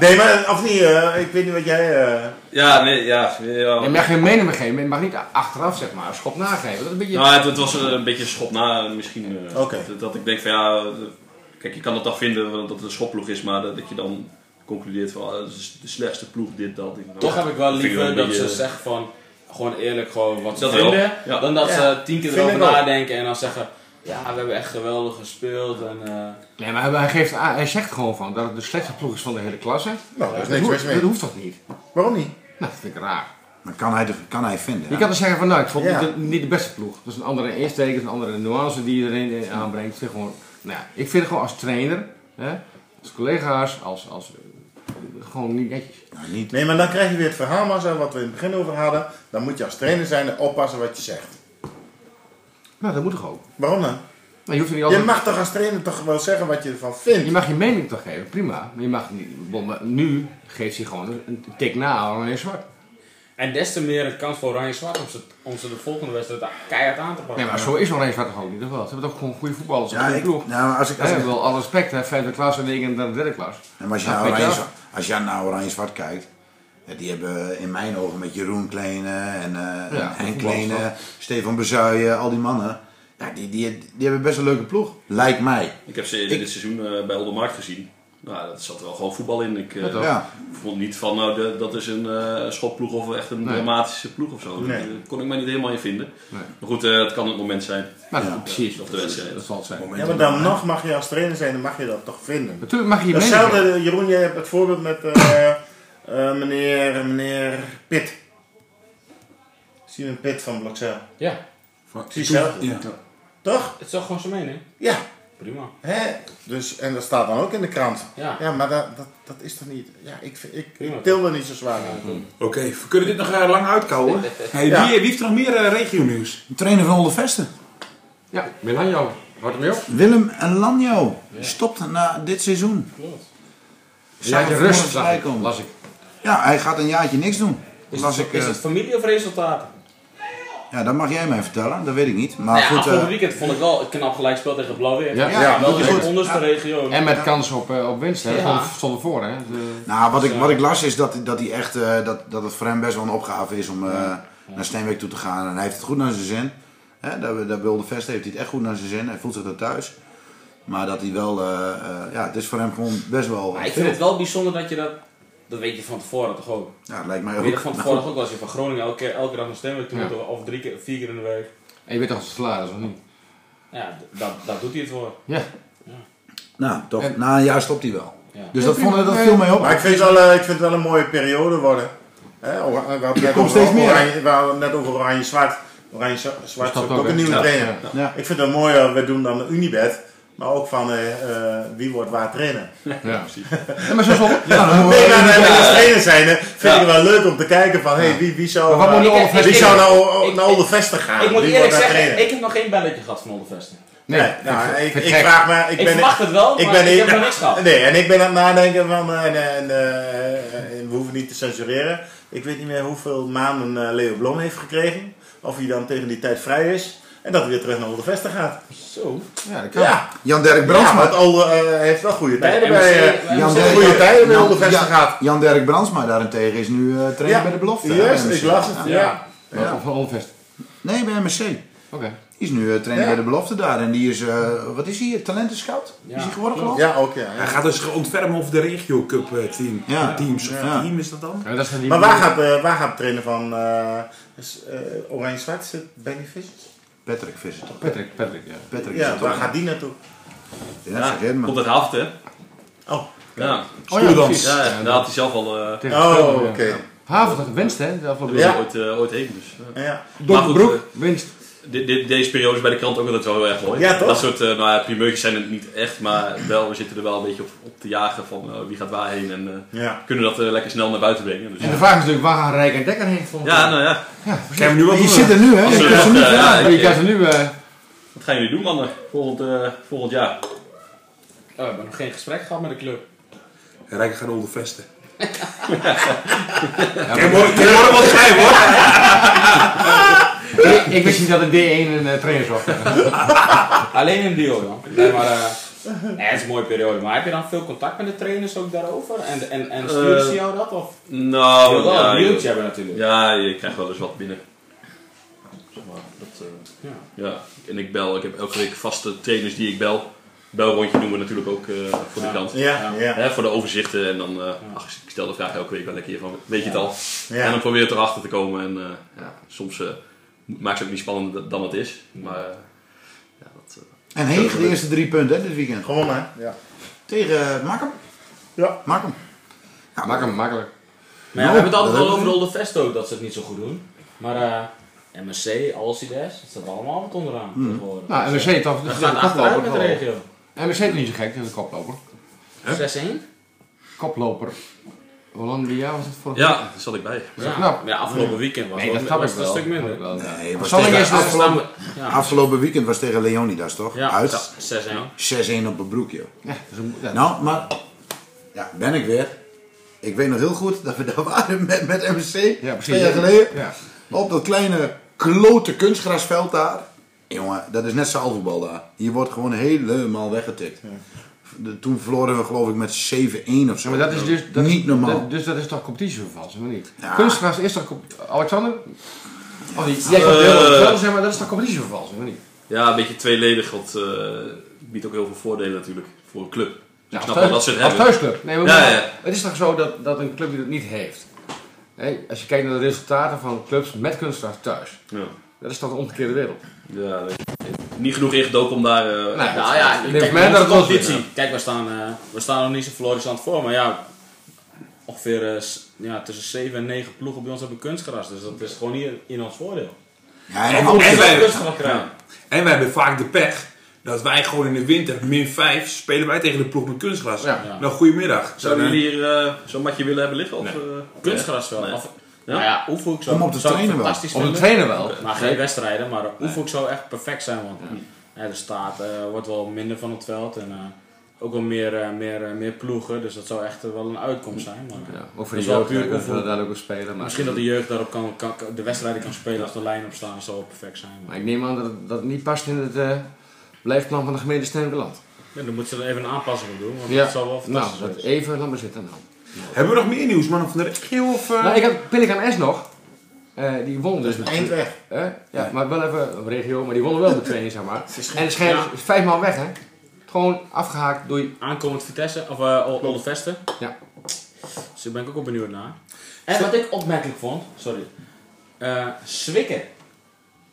[SPEAKER 7] Nee, maar of niet, eh, ik weet niet wat jij... eh,
[SPEAKER 3] Ja, nee, ja. ja.
[SPEAKER 4] Je mag geen mening meer geven, maar je mag niet achteraf zeg maar, een schop nageven. Dat is een beetje...
[SPEAKER 3] Nou, het, het was een beetje een schop na, misschien. eh,
[SPEAKER 7] Oké.
[SPEAKER 3] dat, dat ik denk van ja, eh, kijk, je kan het dan vinden dat het een schopploeg is, maar dat, dat je dan concludeert van ah, het is de slechtste ploeg, dit, dat. Ik denk, nou,
[SPEAKER 6] Toch heb ik wel
[SPEAKER 3] vind ik
[SPEAKER 6] liever
[SPEAKER 3] wel
[SPEAKER 6] dat
[SPEAKER 3] een
[SPEAKER 6] ze
[SPEAKER 3] beetje-
[SPEAKER 6] zeggen van... Gewoon eerlijk gewoon wat ze
[SPEAKER 3] Dat wel,
[SPEAKER 6] vinden.
[SPEAKER 3] ja.
[SPEAKER 6] Dan dat ze tien keer
[SPEAKER 7] Vind
[SPEAKER 6] erover
[SPEAKER 7] ik ook.
[SPEAKER 6] nadenken en dan zeggen... Ja, we hebben echt geweldig gespeeld en... eh,
[SPEAKER 4] Nee, maar hij, geeft aan, hij zegt gewoon van dat het de slechtste ploeg is van de hele klasse.
[SPEAKER 7] nou, daar is
[SPEAKER 4] Dat,
[SPEAKER 7] niks
[SPEAKER 4] hoeft-
[SPEAKER 7] mis mee.
[SPEAKER 4] dat hoeft toch niet?
[SPEAKER 7] Waarom niet?
[SPEAKER 4] Nou, dat vind ik raar.
[SPEAKER 8] Maar kan hij, de- kan hij vinden?
[SPEAKER 4] Je kan dan zeggen van nou, ik vond
[SPEAKER 7] Ja.
[SPEAKER 4] het niet, de- niet de beste ploeg. Dat is een andere insteek, dat is een andere nuance die je erin eh, aanbrengt. Het is gewoon, nou, ja, ik vind het gewoon als trainer, hè, als collega's, als, als eh, gewoon niet netjes.
[SPEAKER 8] Nou, niet.
[SPEAKER 7] Nee, maar dan krijg je weer het verhaal, Marcel, wat we in het begin over hadden. Dan moet je als trainer zijn en oppassen wat je zegt.
[SPEAKER 4] Nou, dat moet toch ook.
[SPEAKER 7] Waarom dan?
[SPEAKER 4] Nou, je, hoeft er niet
[SPEAKER 7] Je
[SPEAKER 4] altijd,
[SPEAKER 7] mag toch als trainer toch wel zeggen wat je ervan
[SPEAKER 4] je
[SPEAKER 7] vindt?
[SPEAKER 4] mag je mening toch geven, prima. Maar je mag niet, bon, maar nu geeft hij gewoon een- een tik na aan Oranje Zwart.
[SPEAKER 6] En des te meer een kans voor Oranje Zwart om ze, om ze de volgende wedstrijd keihard aan te pakken.
[SPEAKER 4] Nee, maar zo is Oranje Zwart toch ook niet, of wel? Ze hebben toch gewoon goede voetballers, een
[SPEAKER 8] Ja,
[SPEAKER 4] goede
[SPEAKER 8] ik,
[SPEAKER 4] ploeg.
[SPEAKER 8] nou, als ik, als
[SPEAKER 4] Hij
[SPEAKER 8] ik,
[SPEAKER 4] wil alle respect, hè, vijfde klas en negen en dan derde klas.
[SPEAKER 8] En als je,
[SPEAKER 4] Nou,
[SPEAKER 8] naar
[SPEAKER 4] weet je
[SPEAKER 8] oranje,
[SPEAKER 4] wel.
[SPEAKER 8] als je naar oranje zwart kijkt, ja, die hebben in mijn ogen met Jeroen Kleene en eh
[SPEAKER 4] Ja,
[SPEAKER 8] Henk
[SPEAKER 4] goed,
[SPEAKER 8] Kleene,
[SPEAKER 4] wel.
[SPEAKER 8] Stefan Bezuijen, al die mannen. Ja, die, die, die hebben best een leuke ploeg. Lijkt mij.
[SPEAKER 3] Ik heb ze in
[SPEAKER 8] Ik-
[SPEAKER 3] dit seizoen eh, bij Oldermarkt gezien. Nou, dat zat er wel gewoon voetbal in. Ik eh,
[SPEAKER 4] Ja, toch?
[SPEAKER 8] Ja,
[SPEAKER 3] vond niet van, nou, de- dat is een eh schopploeg of echt een
[SPEAKER 4] Nee.
[SPEAKER 3] dramatische ploeg of zo.
[SPEAKER 7] Nee.
[SPEAKER 3] Daar kon ik mij niet helemaal in vinden.
[SPEAKER 4] Nee.
[SPEAKER 3] Maar goed, eh, het kan het moment zijn.
[SPEAKER 4] Nou,
[SPEAKER 8] Ja.
[SPEAKER 4] precies.
[SPEAKER 3] Of de wedstrijd.
[SPEAKER 4] Dat zal het zijn.
[SPEAKER 7] Ja, maar dan nog mag je als trainer zijn, dan mag je dat toch vinden.
[SPEAKER 4] Natuurlijk mag je je mening geven.
[SPEAKER 7] Hetzelfde, Jeroen, jij hebt het voorbeeld met eh, eh, meneer, meneer Pitt. Simon Pitt van Bloxel.
[SPEAKER 6] Ja,
[SPEAKER 7] Precies hetzelfde.
[SPEAKER 2] Ja.
[SPEAKER 7] Toch?
[SPEAKER 6] het is toch gewoon zo mening.
[SPEAKER 7] Ja.
[SPEAKER 6] Prima.
[SPEAKER 7] Hè? Dus, en dat staat dan ook in de krant.
[SPEAKER 6] Ja.
[SPEAKER 7] Ja, maar dat, dat, dat is toch niet... Ja, ik, vind- ik,
[SPEAKER 6] Prima.
[SPEAKER 7] ik til er niet zo zwaar aan.
[SPEAKER 2] Oké, we kunnen dit nog eh, lang uitkouwen. Hey,
[SPEAKER 7] Ja.
[SPEAKER 2] wie, wie heeft er nog meer eh, regionieuws?
[SPEAKER 8] de trainer van Olde Vesten.
[SPEAKER 4] Ja, Milanjo, houdt hem mee op.
[SPEAKER 8] Willem Lanjo stopt na dit seizoen.
[SPEAKER 4] Ja,
[SPEAKER 8] Zag
[SPEAKER 4] de
[SPEAKER 8] ik
[SPEAKER 4] rust
[SPEAKER 8] vanochtend
[SPEAKER 4] zag ik,
[SPEAKER 8] voorbij komen.
[SPEAKER 4] las ik.
[SPEAKER 8] Ja, hij gaat een jaartje niks doen.
[SPEAKER 6] Is,
[SPEAKER 8] Las
[SPEAKER 6] het,
[SPEAKER 8] ik,
[SPEAKER 6] is
[SPEAKER 8] eh,
[SPEAKER 6] het familie of resultaten?
[SPEAKER 8] ja, dat mag jij mij vertellen, dat weet ik niet. Maar
[SPEAKER 6] Nou ja,
[SPEAKER 8] goed, eh,
[SPEAKER 6] afgelopen weekend vond ik wel een knap gelijkspel tegen Blauw-Wit.
[SPEAKER 4] Ja.
[SPEAKER 8] Ja,
[SPEAKER 6] wel
[SPEAKER 8] moet je
[SPEAKER 6] in
[SPEAKER 8] goed.
[SPEAKER 6] de onderste
[SPEAKER 8] Ja.
[SPEAKER 6] regio.
[SPEAKER 4] En met kans op, eh, op winst, hè.
[SPEAKER 6] Ja.
[SPEAKER 4] Gewoon stonden voor, hè. De-
[SPEAKER 8] Nou, wat ik, wat ik las is dat, dat, hij echt, eh, dat, dat het voor hem best wel een opgave is om eh, naar Steenwijk toe te gaan. En hij heeft het goed naar zijn zin. Hè, dat, dat Wilde Vest heeft hij het echt goed naar zijn zin. Hij voelt zich daar thuis. Maar dat hij wel... eh, eh, ja, het is voor hem gewoon best wel
[SPEAKER 6] Maar ik
[SPEAKER 8] veel.
[SPEAKER 6] vind het wel bijzonder dat je dat... Dat weet je van tevoren toch ook.
[SPEAKER 8] Ja, dat lijkt mij ook.
[SPEAKER 6] Weet je van
[SPEAKER 8] Nou,
[SPEAKER 6] tevoren ook wel als je van Groningen elke, keer- elke dag naar Stemming toe
[SPEAKER 4] Ja.
[SPEAKER 6] moet of drie keer, vier keer in de week.
[SPEAKER 4] En je weet toch als het salaris of niet?
[SPEAKER 6] Ja, d- dat, dat doet hij het voor.
[SPEAKER 4] Ja.
[SPEAKER 8] nou, toch.
[SPEAKER 4] En-
[SPEAKER 8] Na een jaar stopt hij wel.
[SPEAKER 6] Ja.
[SPEAKER 8] Dus dat, vond, dat viel mij op.
[SPEAKER 7] Maar ik vind, het wel, eh, ik vind het wel een mooie periode worden. Hè, or- eh, we hadden net over,
[SPEAKER 8] steeds meer.
[SPEAKER 7] Oranje, we hadden net over Oranje Zwart. Oranje Zwa- Zwart
[SPEAKER 4] Stapt
[SPEAKER 7] zoekt
[SPEAKER 4] ook,
[SPEAKER 7] ook een
[SPEAKER 4] hè?
[SPEAKER 7] nieuwe
[SPEAKER 4] Ja.
[SPEAKER 7] trainer.
[SPEAKER 8] Ja.
[SPEAKER 7] Ik vind het mooi, eh, we doen dan de Unibed. Maar ook van eh, eh, wie wordt waar trainer.
[SPEAKER 4] Ja, Ja, maar zo is het.
[SPEAKER 8] Ja, dan
[SPEAKER 7] Nee,
[SPEAKER 8] horen
[SPEAKER 7] maar
[SPEAKER 8] we-
[SPEAKER 7] eh, als trainer zijn, eh, vind ik het wel leuk om te kijken van hey, wie, wie zou,
[SPEAKER 4] Maar wat
[SPEAKER 7] eh,
[SPEAKER 4] moet je
[SPEAKER 6] Ik- ik-
[SPEAKER 7] wie
[SPEAKER 6] ik-
[SPEAKER 7] zou nou
[SPEAKER 6] ik-
[SPEAKER 7] eh, naar Olde Vesten gaan?
[SPEAKER 6] Ik moet
[SPEAKER 7] Wie
[SPEAKER 6] eerlijk
[SPEAKER 7] wordt daar
[SPEAKER 6] zeggen,
[SPEAKER 7] trainer?
[SPEAKER 6] ik heb nog geen belletje gehad van Oldervesten.
[SPEAKER 7] Nee,
[SPEAKER 4] Nee,
[SPEAKER 7] nou,
[SPEAKER 4] vind-
[SPEAKER 7] ik,
[SPEAKER 4] vind
[SPEAKER 7] ik
[SPEAKER 4] gek.
[SPEAKER 7] vraag me... Ik,
[SPEAKER 6] Ik,
[SPEAKER 7] ben,
[SPEAKER 6] verwacht het wel,
[SPEAKER 7] ik
[SPEAKER 6] maar
[SPEAKER 7] ben
[SPEAKER 6] ik heb
[SPEAKER 7] niet-
[SPEAKER 6] nog niks gehad.
[SPEAKER 7] Nee, en ik ben aan het nadenken van, eh, en, eh, en, eh, en we hoeven niet te censureren. Ik weet niet meer hoeveel maanden eh, Leo Blom heeft gekregen. Of hij dan tegen die tijd vrij is. En dat hij weer terug naar Olde Vesten gaat.
[SPEAKER 6] Zo.
[SPEAKER 4] Ja, dat kan.
[SPEAKER 7] Ja,
[SPEAKER 8] Jan-Dirk
[SPEAKER 7] ja
[SPEAKER 8] Brandsma.
[SPEAKER 7] want Olde eh, heeft wel goede tijden
[SPEAKER 6] Bij
[SPEAKER 7] bij...
[SPEAKER 6] MSC,
[SPEAKER 7] eh,
[SPEAKER 6] bij
[SPEAKER 8] Jan
[SPEAKER 6] MSC.
[SPEAKER 8] Dirk-
[SPEAKER 7] goede tijden bij
[SPEAKER 8] Jan-
[SPEAKER 7] Olde Vesten
[SPEAKER 8] Jan-
[SPEAKER 7] gaat.
[SPEAKER 8] Jan-Dirk Brandsma daarentegen is nu eh, trainer bij de belofte. hè,
[SPEAKER 7] Juist,
[SPEAKER 8] bij
[SPEAKER 7] ik
[SPEAKER 8] MSC.
[SPEAKER 7] las het. Ja.
[SPEAKER 8] Ja.
[SPEAKER 4] Of van Olvest.
[SPEAKER 8] Nee, bij MSC.
[SPEAKER 4] Oké.
[SPEAKER 8] Die is nu eh, trainer
[SPEAKER 7] Ja.
[SPEAKER 8] bij de belofte daar. En die is, eh, wat is hij, hier? talentenscout? is hij geworden geloof ik?
[SPEAKER 7] Ja, ook ja.
[SPEAKER 2] Hij gaat dus ontfermen over de regio cup eh, team.
[SPEAKER 8] Ja.
[SPEAKER 2] teams. Of
[SPEAKER 8] Ja.
[SPEAKER 2] team is dat dan?
[SPEAKER 4] Ja, dat is dan niet
[SPEAKER 7] Maar waar gaat, eh, waar gaat de trainer van eh, is, eh, Oranje Zwart? Is het Benny Vissers?
[SPEAKER 8] Patrick Visser toch?
[SPEAKER 4] Patrick, Patrick, ja.
[SPEAKER 8] Patrick
[SPEAKER 7] Ja,
[SPEAKER 8] is
[SPEAKER 7] waar
[SPEAKER 8] dat
[SPEAKER 7] gaat die naartoe?
[SPEAKER 8] toch? Ja, zeg het maar.
[SPEAKER 3] Komt uit Haft, hè?
[SPEAKER 7] Oh.
[SPEAKER 3] Ja,
[SPEAKER 4] Oh ja,
[SPEAKER 2] Stoerdans.
[SPEAKER 4] precies.
[SPEAKER 3] ja,
[SPEAKER 4] Ja,
[SPEAKER 3] daar had hij zelf al eh,
[SPEAKER 4] tegen
[SPEAKER 7] Oh,
[SPEAKER 4] Groningen,
[SPEAKER 7] oké.
[SPEAKER 4] ja. Haven had gewinst, hè, de afgelopen
[SPEAKER 7] Ja.
[SPEAKER 3] ooit, eh, ooit heen. Dus, ja.
[SPEAKER 7] Ja.
[SPEAKER 3] Donkerbroek,
[SPEAKER 4] Donkerbroek, winst.
[SPEAKER 3] Dit- dit- deze periode is bij de krant ook altijd wel heel erg mooi.
[SPEAKER 7] Ja, toch?
[SPEAKER 3] Dat soort eh nou ja, primeurtjes zijn het niet echt, maar wel, we zitten er wel een beetje op, op te jagen van eh, wie gaat waar heen en eh,
[SPEAKER 7] Ja.
[SPEAKER 3] kunnen dat eh, lekker snel naar buiten brengen. Dus,
[SPEAKER 4] En de vraag is natuurlijk, waar gaan Rijk en Dekker heen? volgend
[SPEAKER 3] ja,
[SPEAKER 4] jaar?
[SPEAKER 3] nou ja,
[SPEAKER 2] Gaan we nu wel
[SPEAKER 8] Je
[SPEAKER 2] doen?
[SPEAKER 8] zit er nu hè?
[SPEAKER 3] Als
[SPEAKER 8] Je
[SPEAKER 3] we
[SPEAKER 8] kunt ze
[SPEAKER 3] dat,
[SPEAKER 8] niet
[SPEAKER 3] eh,
[SPEAKER 8] verlaten.
[SPEAKER 4] Ja, Je kan ze nu... eh,
[SPEAKER 3] wat gaan jullie doen mannen volgend, eh, volgend jaar?
[SPEAKER 6] Oh, we hebben nog geen gesprek gehad met de club.
[SPEAKER 2] Rijk gaat onder vesten.
[SPEAKER 4] ja,
[SPEAKER 2] Ik
[SPEAKER 4] maar-
[SPEAKER 2] hoor ik hoor hem wat schrijven hoor.
[SPEAKER 4] Ik- Ik wist niet dat een D1 een eh, trainer was.
[SPEAKER 6] Alleen in Dio dan. Nee, maar eh, Nee, het is een mooie periode. Maar heb je dan veel contact met de trainers ook daarover? En, en, en sturen ze
[SPEAKER 3] Eh,
[SPEAKER 6] jou dat? Of je
[SPEAKER 3] Nou,
[SPEAKER 6] wil wel een
[SPEAKER 3] ja,
[SPEAKER 6] beeldje
[SPEAKER 3] je,
[SPEAKER 6] hebben natuurlijk.
[SPEAKER 3] ja, je krijgt wel eens wat binnen. Zeg maar, dat, eh,
[SPEAKER 6] Ja.
[SPEAKER 3] ja. En ik bel, ik heb elke week vaste trainers die ik bel. Belrondje doen we natuurlijk ook eh, voor de
[SPEAKER 6] Ja.
[SPEAKER 3] krant.
[SPEAKER 7] Ja, ja.
[SPEAKER 3] Hè, voor de overzichten en dan, eh, ach, ik stel de vraag elke week wel lekker hiervan, weet je het al? En
[SPEAKER 7] ja.
[SPEAKER 3] dan probeer je erachter te komen en eh, ja, soms eh, maakt het ook niet spannender dan het is. Maar eh, ja, dat, eh,
[SPEAKER 8] En Heeg de eerste drie punten hè, dit weekend.
[SPEAKER 7] Gewonnen, hè? Ja.
[SPEAKER 8] Tegen eh, Makkum.
[SPEAKER 7] Ja.
[SPEAKER 8] Makkum.
[SPEAKER 4] Maak hem makkelijk.
[SPEAKER 6] Maar ja, we hebben het
[SPEAKER 8] dat
[SPEAKER 6] altijd wel
[SPEAKER 8] hebben
[SPEAKER 6] over de Olde Vest ook, dat ze het niet zo goed doen. Maar eh MSC, Alcides, dat staat allemaal wat onderaan tegenwoordig.
[SPEAKER 4] Nou, NEC toch?
[SPEAKER 6] We
[SPEAKER 4] Dat is
[SPEAKER 6] gaan
[SPEAKER 4] een
[SPEAKER 6] achteruit met de
[SPEAKER 4] koploper.
[SPEAKER 6] regio.
[SPEAKER 4] NEC is niet zo gek, dat is een koploper.
[SPEAKER 6] 6-1?
[SPEAKER 4] Koploper. Hollandia was het vorig jaar?
[SPEAKER 3] ja, daar zat ik bij.
[SPEAKER 4] is knap.
[SPEAKER 6] Ja, afgelopen weekend was
[SPEAKER 4] Nee, dat
[SPEAKER 6] het
[SPEAKER 4] snap ik
[SPEAKER 6] was het
[SPEAKER 4] wel.
[SPEAKER 6] een stuk minder.
[SPEAKER 4] Dat snap ik wel.
[SPEAKER 8] Nee, was
[SPEAKER 4] Zal ik
[SPEAKER 8] tegen-
[SPEAKER 4] eerst nog-
[SPEAKER 8] afgelopen,
[SPEAKER 6] Ja.
[SPEAKER 8] afgelopen weekend was tegen Leonidas toch?
[SPEAKER 6] Ja,
[SPEAKER 8] Uit.
[SPEAKER 6] ja, 6-1.
[SPEAKER 8] 6-1 op een broekje.
[SPEAKER 4] Ja, dat is een- ja.
[SPEAKER 8] Nou, maar ja, ben ik weer. Ik weet nog heel goed dat we daar waren met, met MSC.
[SPEAKER 4] Ja, precies.
[SPEAKER 8] twee jaar geleden.
[SPEAKER 4] Ja.
[SPEAKER 8] Op dat kleine klote kunstgrasveld daar. Jongen, dat is net zaalvoetbal daar. Hier wordt gewoon helemaal weggetikt. De- toen verloren we geloof ik met 7-1 of zo.
[SPEAKER 4] Maar dat is dus... Dat is-
[SPEAKER 8] Niet normaal.
[SPEAKER 4] dat- dus dat is toch competitievervals, of niet?
[SPEAKER 8] Ja.
[SPEAKER 4] Kunstgras is toch... comp- Alexander? Eh, Of niet? Jij kan het heel veel verder zijn, maar dat is toch competitievervals, of niet?
[SPEAKER 3] Ja, een beetje tweeledig, dat eh, biedt ook heel veel voordelen natuurlijk voor een club. Dus ik
[SPEAKER 4] Ja, als
[SPEAKER 3] snap wel dat ze het
[SPEAKER 4] als
[SPEAKER 3] hebben.
[SPEAKER 4] thuisclub. Nee, maar
[SPEAKER 3] Ja,
[SPEAKER 4] maar-
[SPEAKER 3] ja.
[SPEAKER 4] Het is toch zo dat, dat een club die dat niet heeft. Hè, als je kijkt naar de resultaten van clubs met kunstgras thuis.
[SPEAKER 3] Ja.
[SPEAKER 4] Dat is toch de omgekeerde wereld.
[SPEAKER 3] Ja, nee. niet genoeg ingedoken om daar... eh,
[SPEAKER 4] Nee.
[SPEAKER 6] Nou ja,
[SPEAKER 4] Ik
[SPEAKER 6] kijk,
[SPEAKER 4] denk mij dat
[SPEAKER 6] onze
[SPEAKER 4] het los
[SPEAKER 6] competitie.
[SPEAKER 4] is,
[SPEAKER 6] Kijk, we staan, eh, we staan nog niet zo florissant voor, maar ja, ongeveer eh, s- ja, tussen 7 en 9 ploegen bij ons hebben kunstgras. Dus dat is gewoon hier in ons voordeel.
[SPEAKER 8] Ja, en
[SPEAKER 2] En
[SPEAKER 8] ook-
[SPEAKER 2] wij-
[SPEAKER 6] Kunstgras krijgen.
[SPEAKER 2] En wij hebben vaak de pech dat wij gewoon in de winter, min 5, spelen wij tegen de ploeg met kunstgras.
[SPEAKER 4] Ja.
[SPEAKER 2] Nou, goedemiddag.
[SPEAKER 3] Zouden jullie hier eh, zo'n matje willen hebben liggen? Of, eh,
[SPEAKER 6] Kunstgras wel.
[SPEAKER 3] Nee.
[SPEAKER 6] Of- nou ja, Oefhoek zou,
[SPEAKER 8] Om op te
[SPEAKER 6] zou ik
[SPEAKER 8] trainen wel.
[SPEAKER 6] fantastisch
[SPEAKER 4] Op de
[SPEAKER 6] vinden.
[SPEAKER 4] trainer wel.
[SPEAKER 6] Maar geen wedstrijden, maar Oefhoek zou echt perfect zijn. Want ja. de staat eh, wordt wel minder van het veld en eh, ook wel meer, eh, meer, eh, meer ploegen. Dus dat zou echt eh, wel een uitkomst zijn. Maar,
[SPEAKER 4] Ja, ook voor
[SPEAKER 6] Dat
[SPEAKER 4] de
[SPEAKER 6] is wel
[SPEAKER 4] jeugd
[SPEAKER 6] puur
[SPEAKER 4] eh, kunnen we
[SPEAKER 6] oefenen.
[SPEAKER 4] daar ook wel spelen. Maar,
[SPEAKER 6] Misschien dat de jeugd daarop kan, kan, de wedstrijden kan spelen als de lijn op staan, zou wel perfect zijn. Maar,
[SPEAKER 4] maar ik neem aan dat het, dat het niet past in het eh beleidsplan van de gemeente Stenkeland.
[SPEAKER 6] ja, dan moeten ze er even een aanpassing op doen, want
[SPEAKER 4] Ja,
[SPEAKER 6] dat zou wel
[SPEAKER 4] nou,
[SPEAKER 6] fantastisch
[SPEAKER 4] dat
[SPEAKER 6] zijn.
[SPEAKER 4] even, laat maar zitten dan.
[SPEAKER 2] Eh, Hebben we nog meer nieuws, mannen van de regio? Of, eh?
[SPEAKER 4] Nou, ik heb Pelikan S nog. Eh, die won dus met
[SPEAKER 7] Eind weg.
[SPEAKER 4] hè? Ja, maar wel even een regio, maar die wonnen wel met twee, zeg maar. En het schijnt
[SPEAKER 6] Ja.
[SPEAKER 4] is vijf man weg, hè? Gewoon afgehaakt door.
[SPEAKER 6] Aankomend Vitesse, of eh Ol- Olle Vesten.
[SPEAKER 4] Ja.
[SPEAKER 6] Dus daar ben ik ook wel benieuwd naar. En wat ik opmerkelijk vond, sorry, eh Zwikken.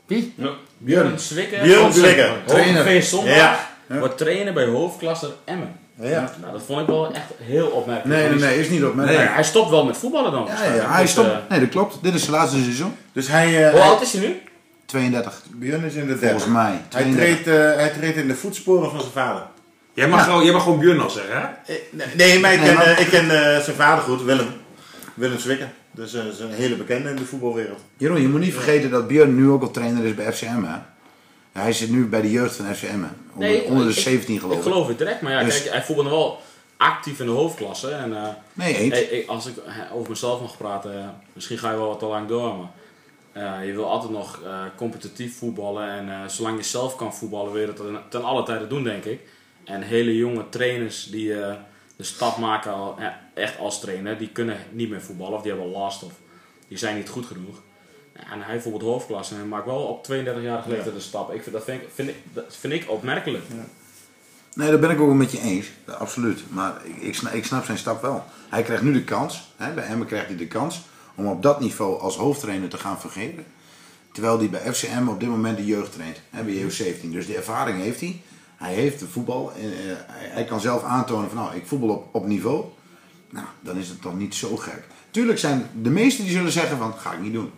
[SPEAKER 4] Wie?
[SPEAKER 6] Björn Zwikken.
[SPEAKER 7] Björn Zwikke.
[SPEAKER 6] Trainer. zondag.
[SPEAKER 7] Ja.
[SPEAKER 6] Wordt trainer bij hoofdklasse Emmen.
[SPEAKER 7] Ja.
[SPEAKER 6] Nou, dat vond ik wel echt heel opmerkelijk.
[SPEAKER 8] Nee, nee,
[SPEAKER 6] Want hij-
[SPEAKER 8] nee, is niet op mij.
[SPEAKER 6] Nee, Hij stopt wel met voetballen dan.
[SPEAKER 8] Ja, ja,
[SPEAKER 6] waarschijnlijk.
[SPEAKER 8] hij
[SPEAKER 6] Dus,
[SPEAKER 8] stopt.
[SPEAKER 6] eh,
[SPEAKER 8] Nee, dat klopt. Dit is zijn laatste seizoen.
[SPEAKER 7] Dus hij, eh
[SPEAKER 6] Hoe
[SPEAKER 7] hij
[SPEAKER 6] oud is hij nu?
[SPEAKER 8] 32,
[SPEAKER 7] Björn is in de
[SPEAKER 8] volgens
[SPEAKER 7] 30.
[SPEAKER 8] mij.
[SPEAKER 7] Hij
[SPEAKER 8] 32.
[SPEAKER 7] treedt, eh, hij treedt in de voetsporen van zijn vader.
[SPEAKER 2] Jij, mag gewoon, jij mag gewoon Björn al zeggen, hè?
[SPEAKER 7] Eh, Nee, nee, maar ik
[SPEAKER 8] Nee,
[SPEAKER 7] ken,
[SPEAKER 8] maar-
[SPEAKER 7] eh, ik ken eh, zijn vader goed, Willem, Willem Zwikke. Dus eh, is een hele bekende in de voetbalwereld.
[SPEAKER 8] Jeroen, je moet niet vergeten dat Björn nu ook al trainer is bij FCM, hè? Hij zit nu bij de jeugd van FCM. Onder,
[SPEAKER 6] Nee,
[SPEAKER 8] onder de
[SPEAKER 6] ik-
[SPEAKER 8] 17 geloof ik.
[SPEAKER 6] Ik geloof het direct, maar ja,
[SPEAKER 8] Dus-
[SPEAKER 6] kijk, hij voetbalde wel actief in de hoofdklasse. En, eh,
[SPEAKER 8] Nee, eens.
[SPEAKER 6] ik- ik- als ik eh, over mezelf mag praten, eh, misschien ga je wel wat te lang door, maar eh, je wil altijd nog eh, competitief voetballen. En eh, zolang je zelf kan voetballen, wil je dat ten, ten alle tijde doen, denk ik. En hele jonge trainers die eh, de stap maken, al, eh, echt als trainer, die kunnen niet meer voetballen of die hebben last of die zijn niet goed genoeg. En hij bijvoorbeeld hoofdklasse en maakt wel op 32-jarige leeftijd de stap. Ik vind, dat, vind ik, vind ik, dat vind ik opmerkelijk.
[SPEAKER 8] Nee, daar ben ik ook wel met je eens. Ja, absoluut. Maar ik, ik, snap, ik snap zijn stap wel. Hij krijgt nu de kans. Hè, bij Emmen krijgt hij de kans om op dat niveau als hoofdtrainer te gaan fungeren. Terwijl hij bij FCM op dit moment de jeugd traint. Hè, bij JO17. Dus die ervaring heeft hij. Hij heeft de voetbal. En, eh, hij, hij kan zelf aantonen van nou, ik voetbal op, op niveau. Nou, dan is het toch niet zo gek. Tuurlijk zijn de meesten die zullen zeggen van ga ik niet doen.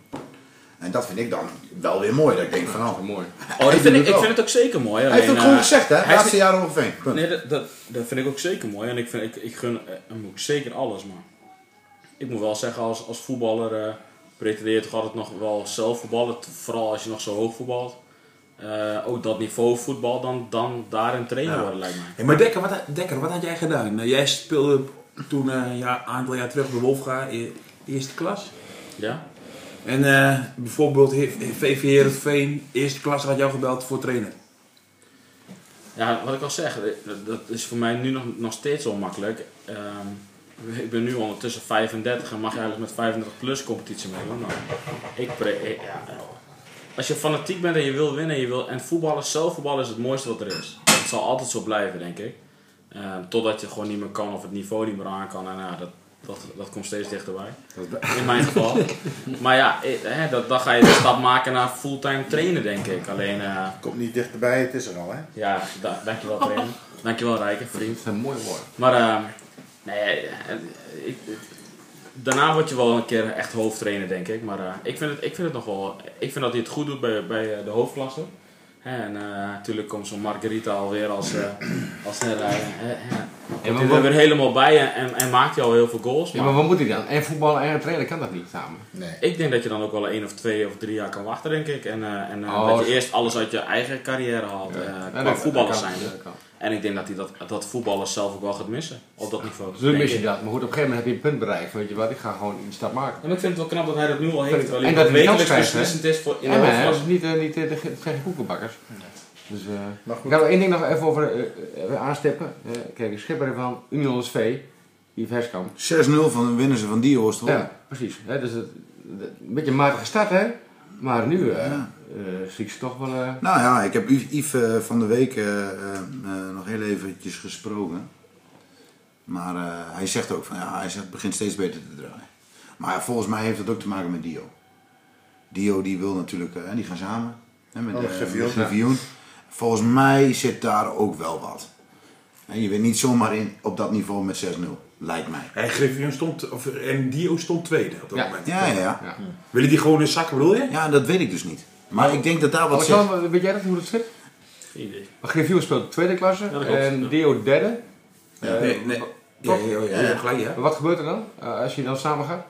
[SPEAKER 8] En dat vind ik dan wel weer mooi. Dat ik denk van oh,
[SPEAKER 4] Mooi.
[SPEAKER 6] Oh,
[SPEAKER 8] Hij
[SPEAKER 6] dat vind
[SPEAKER 8] doet
[SPEAKER 6] ik,
[SPEAKER 8] het
[SPEAKER 6] ik
[SPEAKER 8] wel.
[SPEAKER 6] vind het ook zeker mooi. eh,
[SPEAKER 8] Hij heeft het gewoon gezegd hè,
[SPEAKER 6] hij is
[SPEAKER 8] laatste
[SPEAKER 6] niet-
[SPEAKER 8] jaar ongeveer. Punt.
[SPEAKER 6] Nee, dat, dat, dat vind ik ook zeker mooi. En ik, vind, ik, ik gun eh, hem ook zeker alles. Maar ik moet wel zeggen, als, als voetballer eh pretendeer je toch altijd nog wel zelf voetballen. t- Vooral als je nog zo hoog voetbalt. Eh, ook dat niveau voetbal, dan, dan daarin trainen worden, lijkt mij.
[SPEAKER 2] Hey, maar Dekker wat, Dekker, wat had jij gedaan? Nou, jij speelde toen eh, een jaar, aantal jaar terug bij Wolfga, e- eerste klas.
[SPEAKER 6] Ja?
[SPEAKER 2] En eh, bijvoorbeeld He- VV Heerenveen, eerste klas had jou gebeld voor trainer.
[SPEAKER 6] Ja, wat ik al zeg, eh, dat, dat is voor mij nu nog, nog steeds onmakkelijk. Ehm, ik ben nu ondertussen 35 en mag je eigenlijk met 35 plus competitie meedoen. Maar ik pre- ik- ja, eh, als je fanatiek bent en je wil winnen en je wil, en voetballen, zelf voetballen is het mooiste wat er is. Dat zal altijd zo blijven, denk ik. Ehm, totdat je gewoon niet meer kan of het niveau niet meer aan kan. En ja, dat, dat, dat komt steeds dichterbij. In mijn geval. Maar ja, eh, hè, dat, dan ga je de stap maken naar fulltime trainen, denk ik. Alleen, eh,
[SPEAKER 7] Komt niet dichterbij, het is er al, hè?
[SPEAKER 6] ja, da- dankjewel trainer. Dankjewel Rijken, vriend.
[SPEAKER 4] Dat is een mooi woord.
[SPEAKER 6] Maar ehm, nee, eh, ik, daarna word je wel een keer echt hoofdtrainer, denk ik. Maar eh, ik, vind het, ik vind het nog wel... Ik vind dat hij het goed doet bij, bij eh, de hoofdklasse. Hè, En eh, natuurlijk komt zo'n Margarita alweer als, eh als herrijder. Hè, hè.
[SPEAKER 4] Ja,
[SPEAKER 6] Komt
[SPEAKER 4] maar
[SPEAKER 6] hij er
[SPEAKER 4] wat-
[SPEAKER 6] weer helemaal bij en, en, en maakt hij al heel veel goals.
[SPEAKER 4] Ja,
[SPEAKER 6] Maar
[SPEAKER 4] maar wat moet hij dan? En voetballen en trainen kan dat niet samen.
[SPEAKER 6] ik denk dat je dan ook wel één of twee of drie jaar kan wachten, denk ik. En, eh, en eh,
[SPEAKER 4] Oh,
[SPEAKER 6] dat je
[SPEAKER 4] zo.
[SPEAKER 6] eerst alles uit je eigen carrière haalt. eh
[SPEAKER 4] Ja,
[SPEAKER 6] qua
[SPEAKER 4] dat-
[SPEAKER 6] voetballers
[SPEAKER 4] dat kan,
[SPEAKER 6] zijn.
[SPEAKER 4] dat kan.
[SPEAKER 6] En ik denk dat, hij dat, dat voetballers zelf ook wel gaat missen. Op dat niveau.
[SPEAKER 4] Dus dan
[SPEAKER 6] denk
[SPEAKER 4] mis je
[SPEAKER 6] ik.
[SPEAKER 4] dat. Maar goed, op een gegeven moment heb je een punt bereikt. Weet je wat, ik ga gewoon die stap maken.
[SPEAKER 6] Ja, maar ik vind het wel knap dat hij dat nu al heeft. Terwijl hij
[SPEAKER 4] En dat
[SPEAKER 6] dat
[SPEAKER 4] hij die
[SPEAKER 6] wekelijks
[SPEAKER 4] kans krijgt, hè?
[SPEAKER 6] beslissend is voor in de
[SPEAKER 4] Ja, maar hè, dat
[SPEAKER 6] hoofdklasse.
[SPEAKER 4] is niet, eh, niet, eh, de- het zijn geen koekenbakkers. Dus, eh,
[SPEAKER 7] Maar goed.
[SPEAKER 4] Ik ga nog één ding nog even over eh, eh, aanstippen. Eh, kijk, de schipper van Union SV, die Verskamp.
[SPEAKER 8] 6-0 van winnen ze van die oost
[SPEAKER 7] Oh.
[SPEAKER 8] hoor.
[SPEAKER 4] Ja, precies. Hè, dus het, het- een beetje een matige start, hè? Maar nu eh
[SPEAKER 8] Ja.
[SPEAKER 4] eh, zie ik ze toch wel... eh,
[SPEAKER 8] Nou ja, ik heb Yves- Yves eh, van de week eh, eh, eh, nog heel eventjes gesproken. Maar eh, hij zegt ook van ja, hij zegt, het begint steeds beter te draaien. Maar volgens mij heeft dat ook te maken met Dio. Dio die wil natuurlijk, eh, die gaan samen hè, met,
[SPEAKER 7] Oh,
[SPEAKER 8] eh,
[SPEAKER 7] met
[SPEAKER 8] met
[SPEAKER 7] Griffioen, ja.
[SPEAKER 8] Griffioen. Volgens mij zit daar ook wel wat. En je bent niet zomaar in, op dat niveau met 6-0, lijkt mij.
[SPEAKER 2] En Griffioen stond, of, en Dio stond tweede op dat
[SPEAKER 4] Ja.
[SPEAKER 2] moment.
[SPEAKER 8] Ja, ja, ja.
[SPEAKER 2] Willen die gewoon in zakken, bedoel je?
[SPEAKER 8] Ja, dat weet ik dus niet.
[SPEAKER 4] Oh.
[SPEAKER 8] Maar ik denk dat daar wat zit.
[SPEAKER 4] Alexander, weet jij dat, hoe dat zit?
[SPEAKER 6] Geen idee.
[SPEAKER 4] Maar Griffioen speelt tweede klasse
[SPEAKER 6] dat klopt, ja.
[SPEAKER 4] en Dio derde.
[SPEAKER 2] Nee, nee. Ja,
[SPEAKER 4] Toch?
[SPEAKER 2] ja, ja, ja, gelijk, ja.
[SPEAKER 4] Maar Wat gebeurt er dan eh, als je dan samen gaat?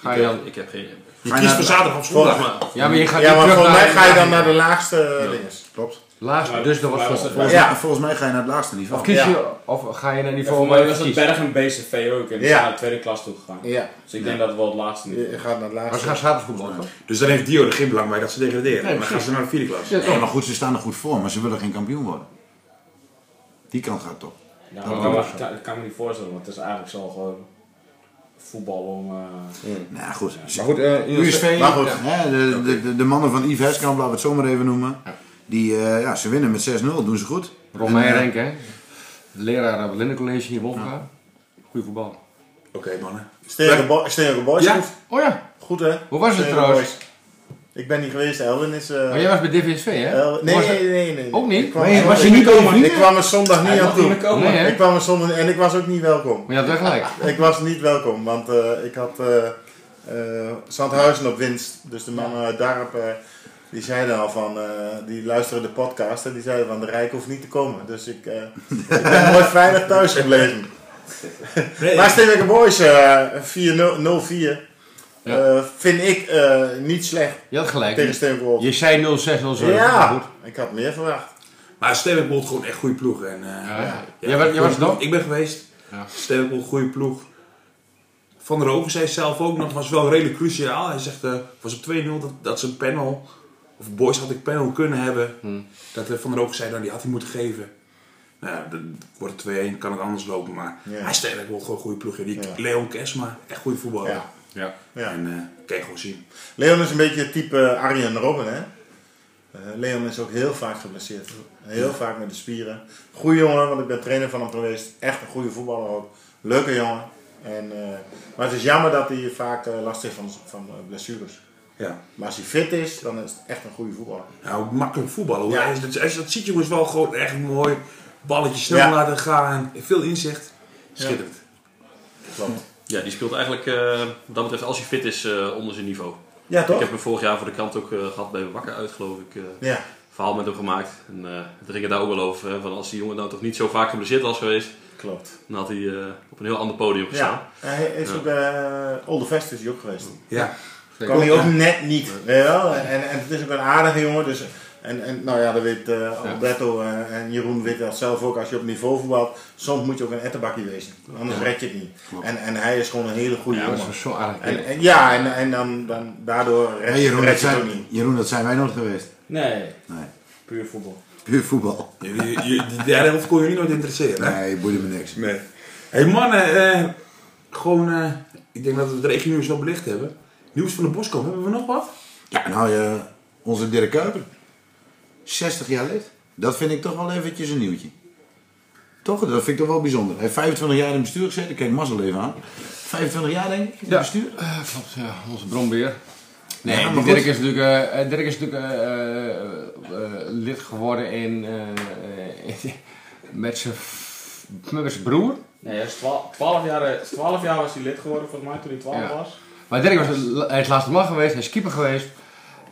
[SPEAKER 4] Ga je
[SPEAKER 3] ik, heb-
[SPEAKER 6] eh,
[SPEAKER 4] dan...
[SPEAKER 3] ik heb geen idee.
[SPEAKER 2] Je kiest voor zaterdag of zondag. Maar.
[SPEAKER 4] Ja, maar je gaat
[SPEAKER 7] Ja,
[SPEAKER 4] niet
[SPEAKER 7] maar
[SPEAKER 4] terug
[SPEAKER 7] volgens mij ga je dan
[SPEAKER 4] naar...
[SPEAKER 7] naar de laagste eh, dinges. Klopt.
[SPEAKER 4] Laatste, dus dat was
[SPEAKER 6] Maar was
[SPEAKER 4] volgens
[SPEAKER 6] het-
[SPEAKER 8] Volgens,
[SPEAKER 7] Ja.
[SPEAKER 8] mij, volgens mij ga je naar het laagste niveau.
[SPEAKER 4] Of kies
[SPEAKER 7] Ja.
[SPEAKER 4] je, of ga je naar niveau
[SPEAKER 6] Voor
[SPEAKER 4] waar
[SPEAKER 6] mij
[SPEAKER 4] je
[SPEAKER 6] was
[SPEAKER 4] voor
[SPEAKER 6] het
[SPEAKER 4] kiest?
[SPEAKER 6] Berg en BCV ook. En die
[SPEAKER 7] Ja.
[SPEAKER 6] zijn naar de tweede klas toegegaan.
[SPEAKER 7] Ja.
[SPEAKER 6] Dus ik denk dat het wel het laatste nu.
[SPEAKER 7] Je gaat naar het
[SPEAKER 4] Maar ze
[SPEAKER 7] laagste.
[SPEAKER 4] gaan zaterdag voetballen, toch?
[SPEAKER 2] Dus dan heeft Dio er geen belang bij dat ze degraderen.
[SPEAKER 4] Nee,
[SPEAKER 2] dan gaan ze naar de vierde klas.
[SPEAKER 4] Ja,
[SPEAKER 8] Nee,
[SPEAKER 4] toch?
[SPEAKER 8] maar goed, ze staan er goed voor, maar ze willen geen kampioen worden. Die kant gaat toch.
[SPEAKER 6] Ja, maar dat, kan, dat kan ik me niet voorstellen, want het is eigenlijk zo gewoon voetbal om. eh,
[SPEAKER 8] Nou goed.
[SPEAKER 4] Maar goed, eh, in
[SPEAKER 8] USV,
[SPEAKER 7] Maar goed.
[SPEAKER 8] hè, de, de, de, de mannen van Yves Heskamp, laten we het zomaar even noemen. Die, eh, ja, ze winnen met 6-0, doen ze goed.
[SPEAKER 4] Romein Renk, hè? Leraar op het Lindencollege hier in Wolfga. Goeie voetbal.
[SPEAKER 2] Oké, mannen.
[SPEAKER 7] Steenrijke Bo- Steenrijke Boys.
[SPEAKER 2] Ja.
[SPEAKER 7] goed.
[SPEAKER 4] Oh ja,
[SPEAKER 7] Goed, hè?
[SPEAKER 4] hoe was het
[SPEAKER 7] Steenrijke
[SPEAKER 4] trouwens?
[SPEAKER 7] Boys. Ik ben niet geweest. Elwin is... eh,
[SPEAKER 4] Maar jij was bij DVSV, hè?
[SPEAKER 7] Elwin- nee,
[SPEAKER 4] Was het-
[SPEAKER 7] Eh, nee, nee, nee.
[SPEAKER 4] Ook niet?
[SPEAKER 7] Ik kwam,
[SPEAKER 8] Nee, was je
[SPEAKER 7] ik-
[SPEAKER 8] niet over
[SPEAKER 7] Ik kwam er zondag niet aan toe.
[SPEAKER 4] Nee, hè?
[SPEAKER 7] Ik kwam er zondag... En ik was ook niet welkom.
[SPEAKER 4] Maar je had wel gelijk.
[SPEAKER 7] Ik was niet welkom, want eh, ik had eh eh, Zandhuizen op winst. Dus de mannen uit Daarop, eh, die zeiden al van, eh, die luisteren de podcast en die zeiden van de Rijk hoeft niet te komen. Dus ik, eh, ik ben mooi veilig thuis gebleven. maar Steenwijker Boys, eh 4-0-4, eh, vind ik eh, niet slecht
[SPEAKER 4] Je had
[SPEAKER 7] tegen
[SPEAKER 4] gelijk.
[SPEAKER 7] Steenwijker Boys.
[SPEAKER 4] Je zei 0607.
[SPEAKER 7] Ja,
[SPEAKER 4] Goed.
[SPEAKER 7] ik had meer verwacht.
[SPEAKER 2] Maar Sterrenbold gewoon echt goede ploeg. En, eh,
[SPEAKER 4] Ja, ja.
[SPEAKER 2] ja,
[SPEAKER 4] Jij was- jij was er nog?
[SPEAKER 2] Ik ben geweest.
[SPEAKER 4] Ja.
[SPEAKER 2] Sterrenbold, goede ploeg. Van der Hogen zei zelf ook nog, was wel redelijk cruciaal. Hij zegt, eh was op 2-0 dat, dat ze een panel, of Boys had ik panel kunnen hebben. Dat eh, Van der Hogen zei, nou die had hij moeten geven. Nou, ja, dan wordt het 2-1, kan het anders lopen. Maar
[SPEAKER 7] Ja.
[SPEAKER 2] hij Sterrenbold gewoon goede ploeg. joh. Die
[SPEAKER 7] Ja.
[SPEAKER 2] Leon Kesma, echt goede voetballer.
[SPEAKER 7] Ja.
[SPEAKER 3] Ja.
[SPEAKER 7] Ja.
[SPEAKER 2] En eh kan je gewoon zien.
[SPEAKER 7] Leon is een beetje het type eh, Arjen Robben, hè? Eh, Leon is ook heel vaak geblesseerd. Heel vaak met de spieren. Goeie jongen, want ik ben trainer van hem geweest. Echt een goede voetballer ook. Leuke jongen. En, eh, maar het is jammer dat hij vaak eh, last heeft van, van eh, blessures.
[SPEAKER 2] Ja.
[SPEAKER 7] Maar als hij fit is, dan is het echt een goede voetballer.
[SPEAKER 2] Nou, makkelijk voetballen. hoor.
[SPEAKER 7] Ja.
[SPEAKER 2] Als, je dat, als je dat ziet, jongens, wel gewoon echt mooi. Balletjes snel
[SPEAKER 7] Ja.
[SPEAKER 2] laten gaan. Veel inzicht. Schitterend.
[SPEAKER 7] Klopt.
[SPEAKER 3] Ja, die speelt eigenlijk, eh, wat dat betreft, als hij fit is, eh, onder zijn niveau.
[SPEAKER 7] Ja,
[SPEAKER 3] Ik
[SPEAKER 7] toch?
[SPEAKER 3] heb hem vorig jaar voor de krant ook eh, gehad bij Wakker uit, geloof ik. eh,
[SPEAKER 7] Ja.
[SPEAKER 3] verhaal met hem gemaakt. En eh het ging het daar ook wel over. hè, van als die jongen nou toch niet zo vaak geblesseerd was geweest,
[SPEAKER 7] Klopt.
[SPEAKER 3] dan had hij eh, op een heel ander podium gestaan.
[SPEAKER 7] Ja. Hij is ook eh Olde Vest is hij ook geweest.
[SPEAKER 2] Ja.
[SPEAKER 7] Kan hij ook net niet. weet je wel? En, en het is ook een aardige jongen. Dus, en, en nou ja, dat weet eh, Alberto eh, en Jeroen weet dat zelf ook. Als je op niveau voetbalt, soms moet je ook een ettenbakkie wezen. Anders red je het niet. En, en hij is gewoon een hele goede
[SPEAKER 4] Ja, dat
[SPEAKER 7] jongen.
[SPEAKER 4] was zo'n aardig
[SPEAKER 7] En,
[SPEAKER 4] kind.
[SPEAKER 7] en, ja, en, en dan, dan, daardoor red,
[SPEAKER 8] Hey, Jeroen,
[SPEAKER 7] red
[SPEAKER 8] dat
[SPEAKER 7] je het ook
[SPEAKER 8] zijn,
[SPEAKER 7] niet.
[SPEAKER 8] Jeroen, dat zijn wij nooit geweest.
[SPEAKER 6] nee.
[SPEAKER 8] Nee.
[SPEAKER 6] Puur voetbal.
[SPEAKER 8] Puur voetbal.
[SPEAKER 2] Je- je- je- Die derde helft kon jullie nooit interesseren. Hè?
[SPEAKER 8] Nee, boeide me niks.
[SPEAKER 2] Nee. hey mannen, eh, gewoon, eh, ik denk dat we het regionieuws wel belicht hebben. Nieuws van de Boskamp, hebben we nog wat?
[SPEAKER 8] Ja, nou, je, onze Dirk Kuiper. 60 jaar lid. Dat vind ik toch wel eventjes een nieuwtje. Toch? Dat vind ik toch wel bijzonder. Hij heeft 25 jaar in het bestuur gezeten. Ik kijk Mazzel even aan. 25 jaar denk ik in het
[SPEAKER 4] Ja.
[SPEAKER 8] bestuur.
[SPEAKER 4] Eh, klopt, ja, onze bronbeer. Nee,
[SPEAKER 8] Ja,
[SPEAKER 4] die
[SPEAKER 8] maar
[SPEAKER 4] Dirk
[SPEAKER 8] goed.
[SPEAKER 4] is natuurlijk, eh, eh, Dirk is natuurlijk eh, eh, eh, lid geworden in, eh, eh, met zijn f- met zijn broer.
[SPEAKER 6] Nee, hij is 12 twaalf jaar, eh, 12 jaar was hij lid geworden, volgens mij, toen hij 12
[SPEAKER 4] Ja.
[SPEAKER 6] was.
[SPEAKER 4] Maar Dirk was, de- hij is laatste man geweest, hij is keeper geweest.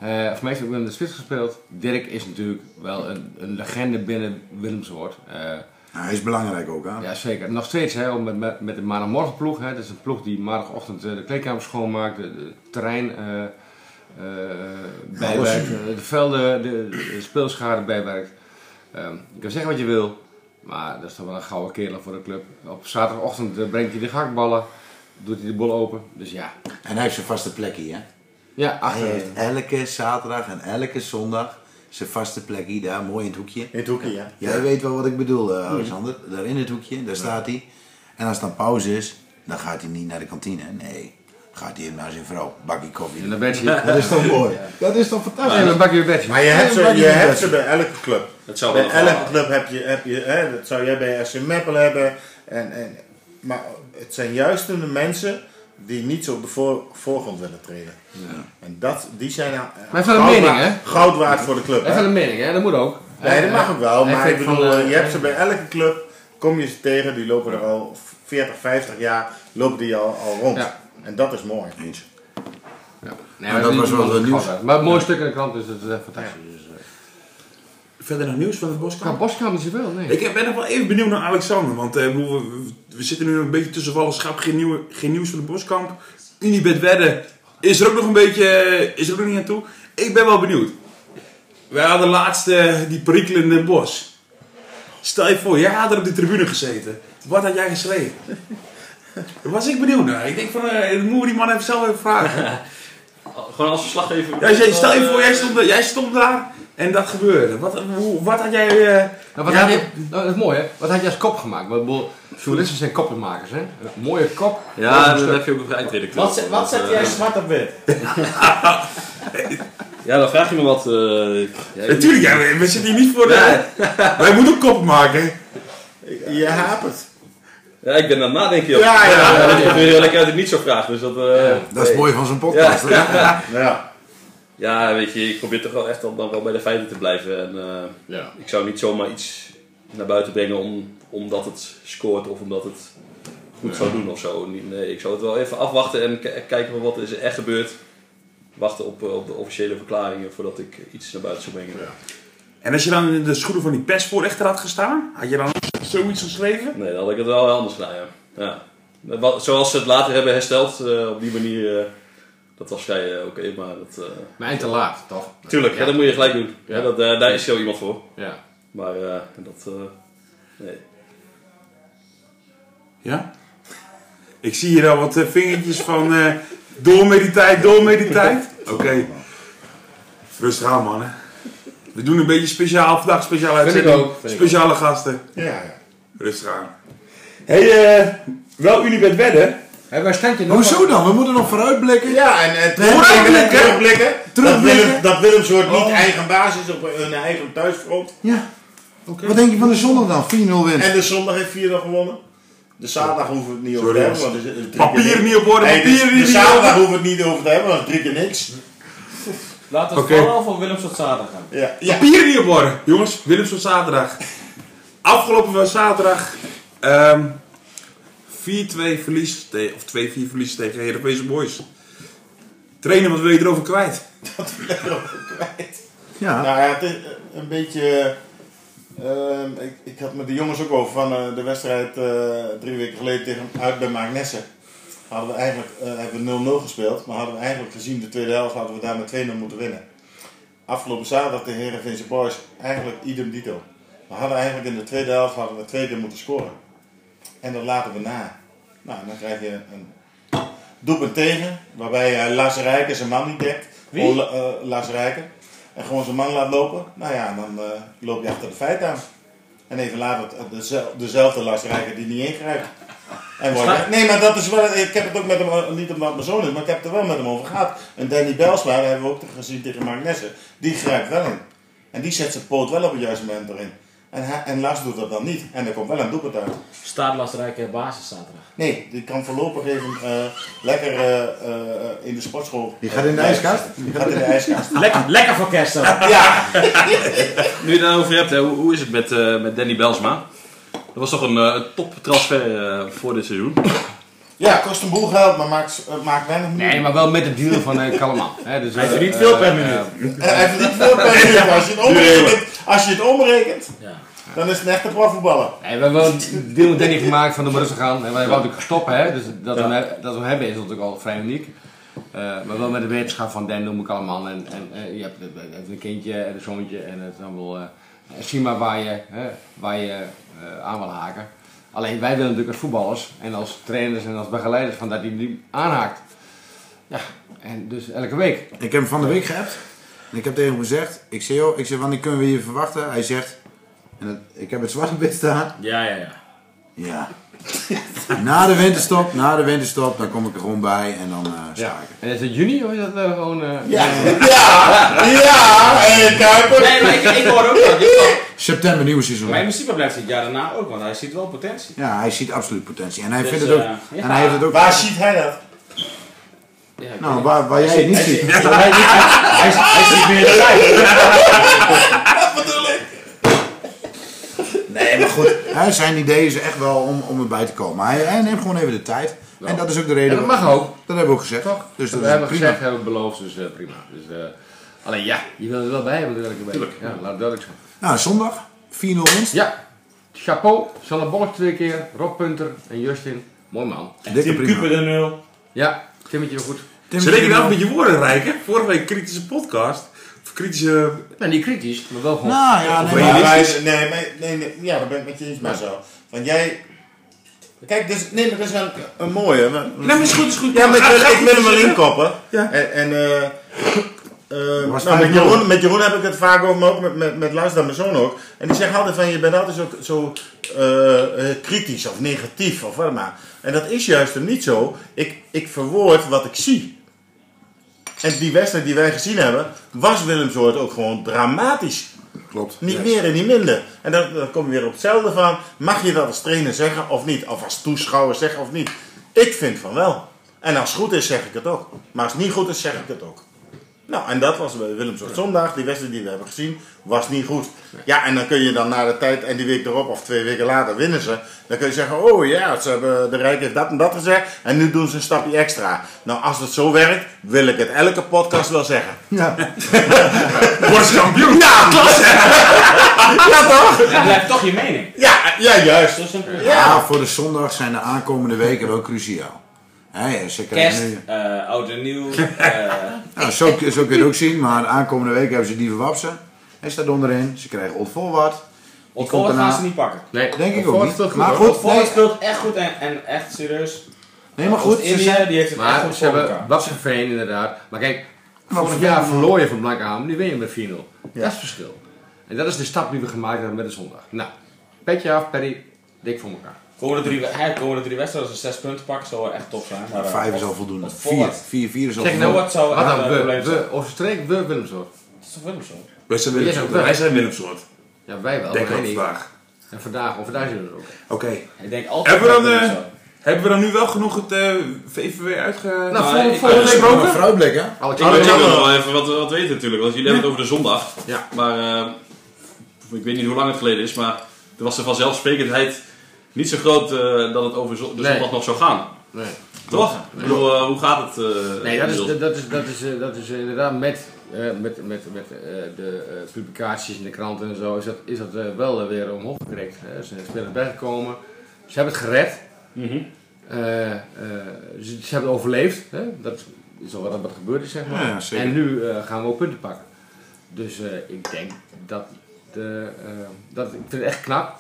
[SPEAKER 4] Eh voor mij heeft hij ook in de spits gespeeld. Dirk is natuurlijk wel een, een legende binnen Willemsoord. Eh
[SPEAKER 8] Nou, hij is belangrijk ook, hè?
[SPEAKER 4] Oh, Ja, zeker. Nog steeds hè, om met, met, met de maandagmorgenploeg. Hè. Dat is een ploeg die maandagochtend eh, de kleedkamer schoonmaakt, de- de- het terrein eh, eh, bijwerkt, eh, de velden, de, de speelschade bijwerkt. Ehm, je kan zeggen wat je wil, maar dat is toch wel een gouden kerel voor de club. Op zaterdagochtend eh, brengt hij de gakballen, doet hij de bol open. Dus ja,
[SPEAKER 8] En hij heeft zijn vaste plekje, hè?
[SPEAKER 4] ja achter.
[SPEAKER 8] Hij heeft elke zaterdag en elke zondag zijn vaste plekje daar, mooi in het hoekje.
[SPEAKER 7] In het hoekje, ja.
[SPEAKER 8] Jij weet wel wat ik bedoel, eh, Alexander. Daar in het hoekje, daar staat hij. En als het dan pauze is, dan gaat hij niet naar de kantine. Nee, gaat hij hem naar zijn vrouw. Bakkie koffie.
[SPEAKER 4] En dan ben je.
[SPEAKER 8] Dat is toch mooi? Dat is toch
[SPEAKER 4] En
[SPEAKER 8] fantastisch?
[SPEAKER 4] dan bak je weer bedje.
[SPEAKER 7] Maar je hebt, ze,
[SPEAKER 8] maar die
[SPEAKER 7] je
[SPEAKER 8] doen
[SPEAKER 7] hebt
[SPEAKER 8] best.
[SPEAKER 7] ze bij elke club.
[SPEAKER 3] Dat zou wel
[SPEAKER 7] bij
[SPEAKER 3] een
[SPEAKER 7] elke
[SPEAKER 3] verhaal.
[SPEAKER 7] club heb je, heb je hè, dat zou jij bij SC Meppel hebben. En, en, maar het zijn juist de mensen die niet zo op de voor, voorgrond willen treden. En dat, die zijn nou, eh,
[SPEAKER 4] heeft wel een
[SPEAKER 7] goud
[SPEAKER 4] mening,
[SPEAKER 7] waard-
[SPEAKER 4] hè?
[SPEAKER 7] goud waard voor de club.
[SPEAKER 4] Even
[SPEAKER 7] Hè?
[SPEAKER 4] een mening, hè? dat moet ook.
[SPEAKER 7] Nee, dat
[SPEAKER 4] Eh,
[SPEAKER 7] mag ook wel.
[SPEAKER 4] hij
[SPEAKER 7] Maar ik
[SPEAKER 4] vindt
[SPEAKER 7] bedoel,
[SPEAKER 4] van, eh,
[SPEAKER 7] je hebt ze bij elke club, kom je ze tegen, die lopen er al 40, 50 jaar, lopen die al, al rond.
[SPEAKER 4] Ja.
[SPEAKER 7] En dat is mooi.
[SPEAKER 8] Eens.
[SPEAKER 4] Nee,
[SPEAKER 8] Maar dat
[SPEAKER 4] die-
[SPEAKER 8] was wel
[SPEAKER 4] Eh, die-
[SPEAKER 8] het nieuws.
[SPEAKER 4] Maar een mooi stuk in de krant, dus dat is eh, fantastisch. Dus, eh,
[SPEAKER 2] Verder nog nieuws van de
[SPEAKER 4] Qua
[SPEAKER 2] Boskamp?
[SPEAKER 4] Boskamp niet zoveel, dus nee.
[SPEAKER 2] Ik ben nog wel even benieuwd naar Alexander, want eh, ik bedoel, we, we zitten nu een beetje tussen wal en schap. Geen, nieuwe, geen nieuws van de Boskamp. Unibed Wedden is er ook nog een beetje, eh, is er ook nog niet aan toe. Ik ben wel benieuwd. Wij hadden laatst eh, die perikelen in Den Bosch. Stel je voor, jij had er op de tribune gezeten. Wat had jij geschreven? Daar was ik benieuwd naar. Ik denk van, eh, dat moeten we die man even zelf even vragen.
[SPEAKER 3] Gewoon als verslaggever. Eh,
[SPEAKER 2] Ja, jij- stel je voor, jij stond, jij stond daar en dat gebeurde. Wat, hoe, wat had jij... eh,
[SPEAKER 4] Nou, wat
[SPEAKER 2] ja,
[SPEAKER 4] had je, nou, dat is mooi, hè? Wat had je als kop gemaakt? Want ik bedoel, journalisten zijn koppenmakers, hè? Een mooie kop.
[SPEAKER 3] Ja,
[SPEAKER 4] mooi
[SPEAKER 3] dat
[SPEAKER 4] stuk.
[SPEAKER 3] heb je ook een eindredacteur.
[SPEAKER 6] Wat, zet- wat
[SPEAKER 3] Want,
[SPEAKER 6] zet
[SPEAKER 3] eh,
[SPEAKER 6] jij zwart op wit?
[SPEAKER 3] Ja, dan vraag je me wat. eh, jij-
[SPEAKER 2] Natuurlijk, ja, we, we zitten hier niet voor de... Wij moeten ook kop maken.
[SPEAKER 7] Je hapert.
[SPEAKER 3] Ja, ik ben aan het nadenken, joh.
[SPEAKER 7] Ja, ja, ja,
[SPEAKER 3] Dat komt weer heel lekker uit het niet zo vraag, dus dat... eh,
[SPEAKER 8] Dat is mooi van zo'n podcast. hè?
[SPEAKER 7] Ja.
[SPEAKER 3] ja, weet je, ik probeer toch wel echt al- dan wel bij de feiten te blijven. En eh,
[SPEAKER 4] Ja.
[SPEAKER 3] ik zou niet zomaar iets naar buiten brengen om, omdat het scoort of omdat het goed zou doen of zo. Nee, nee, ik zou het wel even afwachten en k- kijken van wat is er echt gebeurd. Wachten op, eh, op de officiële verklaringen voordat ik iets naar buiten zou brengen.
[SPEAKER 2] En als je dan in de schoenen van die persvoorrechter had gestaan, had je dan ook zoiets geschreven?
[SPEAKER 3] Nee, dan had ik het wel anders gedaan, ja. ja. Wat- Zoals ze het later hebben hersteld, eh, op die manier, eh, dat was vrij eh, oké, maar dat... eh,
[SPEAKER 4] Maar en te laat, toch?
[SPEAKER 3] Tuurlijk, hè, dat moet je gelijk doen.
[SPEAKER 4] Ja.
[SPEAKER 3] Hè, dat, eh, daar is zo iemand voor.
[SPEAKER 4] Ja.
[SPEAKER 3] Maar eh, dat. eh, nee.
[SPEAKER 2] Ja. Ik zie hier al wat eh, vingertjes van eh, door met die tijd, door met die tijd. Oké. Rustig aan, man. hè. We doen een beetje speciaal vandaag, speciale uitzending.
[SPEAKER 4] ook, vind ik
[SPEAKER 2] Speciale gasten.
[SPEAKER 7] Ja, ja.
[SPEAKER 2] Rustig aan. hey, eh, wel Unibed wedden.
[SPEAKER 4] Hebben wij een standje nog?
[SPEAKER 8] Hoezo dan? We moeten nog vooruitblikken.
[SPEAKER 7] Ja, en, en
[SPEAKER 8] Vooruitblikken,
[SPEAKER 7] terugblikken, en terugblikken, Dat
[SPEAKER 8] Terugblikken.
[SPEAKER 7] Willem, dat Willem soort
[SPEAKER 2] Oh.
[SPEAKER 7] niet eigen basis op hun eigen thuisfront.
[SPEAKER 8] Ja. Wat denk je van de zondag dan? 4-0 winst.
[SPEAKER 7] En de zondag heeft 4-0 gewonnen. De zaterdag hoeven we het niet over
[SPEAKER 2] Sorry,
[SPEAKER 7] te hebben.
[SPEAKER 2] jongens.
[SPEAKER 7] Want het is- het is drie
[SPEAKER 2] Papier
[SPEAKER 7] keer niks.
[SPEAKER 2] niet op orde,
[SPEAKER 7] Nee,
[SPEAKER 2] papier
[SPEAKER 7] de,
[SPEAKER 2] niet
[SPEAKER 7] dus de
[SPEAKER 2] op
[SPEAKER 7] zaterdag
[SPEAKER 2] orde.
[SPEAKER 7] hoeven we het niet over te hebben, want het is drie keer niks.
[SPEAKER 6] Laten we
[SPEAKER 2] Oké.
[SPEAKER 6] vooral voor Willems tot zaterdag gaan.
[SPEAKER 7] Ja, ja.
[SPEAKER 2] Papieren niet op orde. Jongens, Willems van zaterdag. Afgelopen zaterdag ehm 4-2 verlies, te- of 2-4 verlies tegen Heerenveense Boys. Trainen, wat wil je erover kwijt?
[SPEAKER 8] Ja.
[SPEAKER 7] Nou ja, het is een beetje. ehm, ik, ik had met de jongens ook over van eh, de wedstrijd eh, drie weken geleden tegen, uit bij Maagnessen. Hadden we eigenlijk eh, hebben we 0-0 gespeeld, maar hadden we eigenlijk gezien de tweede helft hadden we daar met 2-0 moeten winnen. Afgelopen zaterdag tegen Herenveense Boys eigenlijk idem dito. We hadden eigenlijk in de tweede helft hadden we twee keer moeten scoren. En dat laten we na. Nou, dan krijg je een doelpunt tegen, waarbij uh, Lazarijker eh, zijn man niet dekt.
[SPEAKER 6] Wie?
[SPEAKER 7] Oh, La- eh, Lazarijker. Eh, en gewoon zijn man laat lopen, nou ja, dan eh, loop je achter de feiten aan. En even later het- dezel- dezelfde lastrijker die niet ingrijpt. En wordt, nee, maar dat is wel, ik heb het ook met hem, eh, niet omdat het mijn zoon is, maar ik heb het er wel met hem over gehad. En Danny Belsma, dat hebben we ook gezien tegen Mark Nessen, die grijpt wel in. En die zet zijn poot wel op het juiste moment erin. En, hij- en Lars doet dat dan niet. En er komt wel een doelpunt uit.
[SPEAKER 6] Staatlasterrijke basis zaterdag.
[SPEAKER 7] Nee, die kan voorlopig even eh, lekker eh, eh, in de sportschool. Eh,
[SPEAKER 8] Die gaat in de ijskast?
[SPEAKER 7] Die gaat in de
[SPEAKER 4] Ah,
[SPEAKER 7] ijskast.
[SPEAKER 6] Lekker, lekker voor kerst dan.
[SPEAKER 7] ja!
[SPEAKER 3] Nu je het daarover hebt, hè, hoe, hoe is het met, eh, met Danny Belsma? Dat was toch een eh, toptransfer eh, voor dit seizoen.
[SPEAKER 7] Ja, kost een boel geld, maar maakt, eh, maakt weinig minuut.
[SPEAKER 4] Nee, maar wel met de deal van eh Kalaman. hè, dus,
[SPEAKER 6] Hij
[SPEAKER 4] eh,
[SPEAKER 6] verdient
[SPEAKER 4] eh,
[SPEAKER 6] veel per
[SPEAKER 4] eh,
[SPEAKER 6] minuut.
[SPEAKER 7] Eh, Hij verdient veel per minuut. Als je het omrekent, als je het omrekent
[SPEAKER 6] Ja.
[SPEAKER 7] dan is het een echte profvoetballer.
[SPEAKER 4] Nee, we hebben wel een deal met Danny gemaakt van de rustig aan. En wij wou natuurlijk stoppen, hè? dus dat, we, hem- dat we hem hebben is natuurlijk al vrij uniek. Eh, maar wel met de wetenschap van Dan noem ik allemaal. En, en eh, je hebt, je hebt een kindje en een zoontje en het is allemaal... eh zie maar waar je, hè, waar je eh, aan wil haken. Alleen wij willen natuurlijk als voetballers en als trainers en als begeleiders van dat hij nu aanhaakt. Ja, en dus elke week.
[SPEAKER 8] Ik heb hem van de week gehad. En ik heb tegen hem gezegd. Ik zei, joh, ik zeg, wanneer kunnen we je verwachten? Hij zegt, en het- ik heb het zwart op wit staan.
[SPEAKER 6] Ja, ja, ja.
[SPEAKER 8] Ja. na de winterstop, na de winterstop, dan kom ik er gewoon bij en dan eh
[SPEAKER 4] Ja.
[SPEAKER 8] sta ik.
[SPEAKER 4] En is het juni of is dat eh, gewoon... eh,
[SPEAKER 7] Ja, ja, ja, hey, Kuiper.
[SPEAKER 6] Nee, maar ik, ik hoor ook dat. dit kan.
[SPEAKER 8] September, nieuw seizoen.
[SPEAKER 6] Maar in principe blijft hij het jaar daarna ook, want hij ziet wel potentie.
[SPEAKER 8] Ja, hij ziet absoluut potentie. En hij
[SPEAKER 6] Dus,
[SPEAKER 8] vindt het ook.
[SPEAKER 6] eh, ja.
[SPEAKER 8] En hij heeft het ook.
[SPEAKER 7] Waar ziet hij dat?
[SPEAKER 6] Ja, ik
[SPEAKER 8] nou, waar, waar jij het niet ziet.
[SPEAKER 6] Hij, hij ziet meer dan wij.
[SPEAKER 8] Nee, maar goed. Hè, zijn idee is echt wel om, om erbij te komen. Maar hij, hij neemt gewoon even de tijd. En dat is ook de reden.
[SPEAKER 4] dat
[SPEAKER 8] waarom-
[SPEAKER 4] mag ook.
[SPEAKER 8] Dat hebben we ook gezegd. Toch? Dus dat
[SPEAKER 4] we
[SPEAKER 8] is
[SPEAKER 4] hebben
[SPEAKER 8] prima.
[SPEAKER 4] gezegd, hebben we beloofd, dus eh, prima. Dus, eh, alleen ja, je wil er wel bij hebben elke week. Ja, laat het duidelijk zijn.
[SPEAKER 8] Nou, zondag. 4-0 winst.
[SPEAKER 4] Ja, chapeau, Sanne Bolk twee keer, Rob Punter en Justin. Mooi man.
[SPEAKER 8] Dikke
[SPEAKER 6] Tim eh,
[SPEAKER 8] prima.
[SPEAKER 6] Kuper de nul.
[SPEAKER 4] Ja, Timmetje weer goed.
[SPEAKER 8] Tim
[SPEAKER 2] Ze rekenen af
[SPEAKER 8] prima.
[SPEAKER 2] met je woorden, Rijken. Vorige week kritische podcast. Of kritische...
[SPEAKER 4] Nou, niet kritisch, maar wel gewoon.
[SPEAKER 8] Nou ja, nee,
[SPEAKER 7] Maar
[SPEAKER 8] maar-
[SPEAKER 7] wij- nee, maar- nee, nee, ja, daar ben ik met je eens, maar zo. Want jij. Kijk, dus, nee, maar dat is een, een mooie. maar-
[SPEAKER 2] Nee, maar is goed, is goed.
[SPEAKER 7] Ja, met,
[SPEAKER 2] Ga- ga
[SPEAKER 7] ik wil hem
[SPEAKER 2] goed
[SPEAKER 7] wel
[SPEAKER 2] zitten.
[SPEAKER 7] inkoppen. En, en eh, eh,
[SPEAKER 8] Was
[SPEAKER 7] nou, met,
[SPEAKER 8] vijf nul.
[SPEAKER 7] Jeroen, met Jeroen heb ik het vaak over, maar ook met, met, met Lars dan mijn zoon ook. En die zegt altijd van, je bent altijd zo, zo eh, eh, kritisch of negatief of wat maar. En dat is juist hem niet zo. Ik, ik verwoord wat ik zie. En die wedstrijd die wij gezien hebben, was Willem Soort ook gewoon dramatisch.
[SPEAKER 8] Klopt.
[SPEAKER 7] Niet
[SPEAKER 8] Ja.
[SPEAKER 7] meer en niet minder. En dan, dan kom je weer op hetzelfde van. Mag je dat als trainer zeggen of niet? Of als toeschouwer zeggen of niet? Ik vind van wel. En als het goed is, zeg ik het ook. Maar als het niet goed is, zeg ik het ook. Nou, en dat was bij Willem Soort Zondag. Die wedstrijd die we hebben gezien, was niet goed. Ja, en dan kun je dan na de tijd en die week erop of twee weken later winnen ze. Dan kun je zeggen, oh ja, ze hebben, de Rijk heeft dat en dat gezegd. En nu doen ze een stapje extra. Nou, als het zo werkt, wil ik het elke podcast wel zeggen.
[SPEAKER 8] Ja.
[SPEAKER 2] Wordt kampioen. Ja, klasse.
[SPEAKER 7] Ja, toch?
[SPEAKER 6] Dat blijft toch je mening.
[SPEAKER 7] Ja, ja juist.
[SPEAKER 6] Zo simpel.
[SPEAKER 8] ja, voor de zondag zijn de aankomende weken wel cruciaal. Hè, ze krijgen
[SPEAKER 6] Kerst,
[SPEAKER 8] nu-
[SPEAKER 6] eh, oud en nieuw. eh,
[SPEAKER 8] Nou, zo, zo kun je het ook zien, maar aankomende week hebben ze Dieven Wapsen. Hij staat onderin. Ze krijgen Old Forward.
[SPEAKER 6] ontvolgen
[SPEAKER 8] daarna.
[SPEAKER 6] gaan ze niet pakken.
[SPEAKER 4] Nee,
[SPEAKER 8] Denk ik ook
[SPEAKER 4] Forward
[SPEAKER 8] niet.
[SPEAKER 4] speelt goed,
[SPEAKER 8] maar
[SPEAKER 4] hoor.
[SPEAKER 8] goed,
[SPEAKER 6] Volgens
[SPEAKER 8] nee,
[SPEAKER 6] speelt echt goed en, en echt serieus.
[SPEAKER 8] nee, maar goed. Ze
[SPEAKER 6] India,
[SPEAKER 8] zijn,
[SPEAKER 6] die heeft het echt
[SPEAKER 4] Maar
[SPEAKER 6] goed
[SPEAKER 4] ze
[SPEAKER 6] voor
[SPEAKER 4] hebben
[SPEAKER 6] elkaar.
[SPEAKER 4] Wassenveen inderdaad. Maar kijk,
[SPEAKER 8] Maar
[SPEAKER 4] vorig
[SPEAKER 8] voor-
[SPEAKER 4] jaar verloor je van Blankenham, nu win je met 4-0. Dat is het verschil. En dat is de stap die we gemaakt hebben met de zondag. Nou, petje af, Perry, dik voor elkaar.
[SPEAKER 6] Komende drie, hè, komende drie wedstrijden, als ze zes punten pakken, zou wel echt top zijn. Maar, eh,
[SPEAKER 8] vijf is
[SPEAKER 6] of-
[SPEAKER 8] al voldoende.
[SPEAKER 6] of
[SPEAKER 8] Vier,
[SPEAKER 6] Forward.
[SPEAKER 8] vier, vier is al
[SPEAKER 4] Zeg
[SPEAKER 8] voldoende.
[SPEAKER 4] nou, wat
[SPEAKER 6] Forward zou echt,
[SPEAKER 4] dan
[SPEAKER 6] eh,
[SPEAKER 4] we,
[SPEAKER 6] probleem zijn.
[SPEAKER 4] we, onze streek, we Willemsoort.
[SPEAKER 6] Dat is toch wel zo?
[SPEAKER 2] Wij zijn Willem
[SPEAKER 4] Jij is ook
[SPEAKER 2] Soort.
[SPEAKER 4] wel.
[SPEAKER 2] Wij zijn Willem Soort.
[SPEAKER 4] Ja, wij wel,
[SPEAKER 2] Denk
[SPEAKER 4] maar
[SPEAKER 2] aan
[SPEAKER 4] wij niet.
[SPEAKER 2] vandaag.
[SPEAKER 4] En vandaag, of vandaag zullen we er ook.
[SPEAKER 2] Oké.
[SPEAKER 6] Ik denk altijd
[SPEAKER 2] Hebben we
[SPEAKER 6] dat
[SPEAKER 2] dan,
[SPEAKER 6] het
[SPEAKER 2] eh,
[SPEAKER 6] zo.
[SPEAKER 2] Hebben we dan nu wel genoeg het eh, VVW uitge...
[SPEAKER 4] Nou,
[SPEAKER 3] Maar
[SPEAKER 4] volgende,
[SPEAKER 3] ik-
[SPEAKER 4] volgende week
[SPEAKER 8] Een
[SPEAKER 4] roken?
[SPEAKER 8] vrouwblik, hè?
[SPEAKER 4] Oh,
[SPEAKER 3] Ik wil jullie wel even wat, wat weten natuurlijk, want jullie hebben het over de zondag.
[SPEAKER 4] Ja.
[SPEAKER 3] Maar eh, ik weet niet hoe lang het geleden is, maar er was de vanzelfsprekendheid niet zo groot eh, dat het over zo- de
[SPEAKER 4] Nee.
[SPEAKER 3] zondag nog zou gaan.
[SPEAKER 4] Nee.
[SPEAKER 3] Toch? Ik bedoel, eh, hoe gaat het? eh,
[SPEAKER 4] Nee, dat is,
[SPEAKER 3] inmiddels?
[SPEAKER 4] dat, dat is, dat is, eh, dat is inderdaad met, eh, met, met, met eh, de eh, publicaties in de kranten en zo, is dat, is dat eh, wel eh, weer omhoog gekregen. Eh, ze zijn er bijgekomen, ze hebben het gered, Eh, eh, ze, ze hebben overleefd, hè? dat is al wat, wat gebeurd is zeg maar.
[SPEAKER 8] Ja, zeker.
[SPEAKER 4] en nu eh, gaan we ook punten pakken. Dus eh, ik denk dat, de, eh, dat, ik vind het echt knap,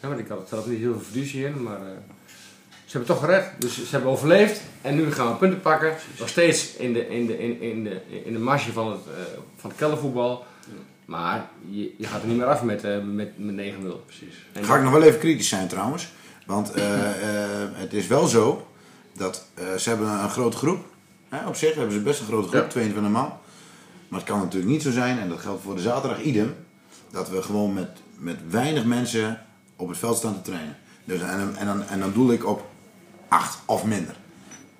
[SPEAKER 4] hè, want ik had het zelf niet heel veel fiducie in, maar eh, Ze hebben het toch gered. Dus ze hebben overleefd. En nu gaan we punten pakken. Nog steeds in de, in de, in, in de, in de marge van het, eh, van het keldervoetbal. Maar je, je gaat er niet meer af met, eh, met, met 9-0. Precies. En
[SPEAKER 7] Ga ik nog wel even kritisch zijn trouwens. Want eh, eh, het is wel zo dat eh, ze hebben een grote groep. Hè, op zich hebben ze best een grote groep,
[SPEAKER 4] Ja.
[SPEAKER 7] 22 man. Maar het kan natuurlijk niet zo zijn, en dat geldt voor de zaterdag idem, dat we gewoon met, met weinig mensen op het veld staan te trainen. Dus, en, dan- en, dan, en dan doel ik op 8 of minder.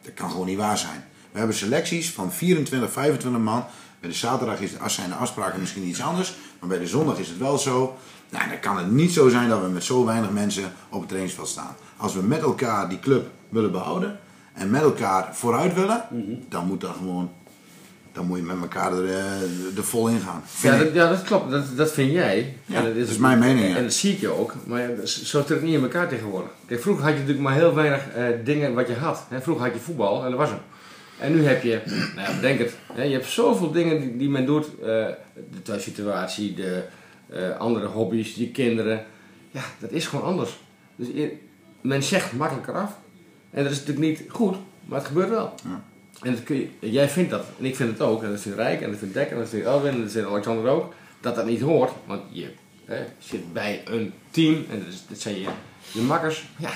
[SPEAKER 7] Dat kan gewoon niet waar zijn. We hebben selecties van 24, 25 man. Bij de zaterdag is, als zijn de afspraken misschien iets anders. Maar bij de zondag is het wel zo. Nou, dan kan het niet zo zijn dat we met zo weinig mensen op het trainingsveld staan. Als we met elkaar die club willen behouden. En met elkaar vooruit willen. Dan moet dat gewoon... Dan moet je met elkaar er, eh, er vol in gaan. Vind
[SPEAKER 4] Ja,
[SPEAKER 7] ik.
[SPEAKER 4] dat, ja, dat klopt. Dat, dat vind jij.
[SPEAKER 7] Ja,
[SPEAKER 4] En
[SPEAKER 7] dat is mijn mening, ja.
[SPEAKER 4] En dat zie ik je ook. Maar ja, dat is- zo zit het niet in elkaar tegenwoordig. Kijk, vroeger had je natuurlijk maar heel weinig eh, dingen wat je had. Hè. Vroeger had je voetbal en dat was hem. En nu heb je, nou ja, denk het, hè, je hebt zoveel dingen die, die men doet. eh, de thuissituatie, de eh, andere hobby's, die kinderen. Ja, dat is gewoon anders. Dus je- men zegt makkelijker af. En dat is natuurlijk niet goed, maar het gebeurt wel. En dat kun je, jij vindt dat, en ik vind het ook, en dat vindt Rijk, en dat vindt Dekker, en dat vindt Elwin, en dat vindt Alexander ook, dat dat niet hoort, want je hè, zit bij een team, en dat, is- dat zijn je, je makkers. Ja,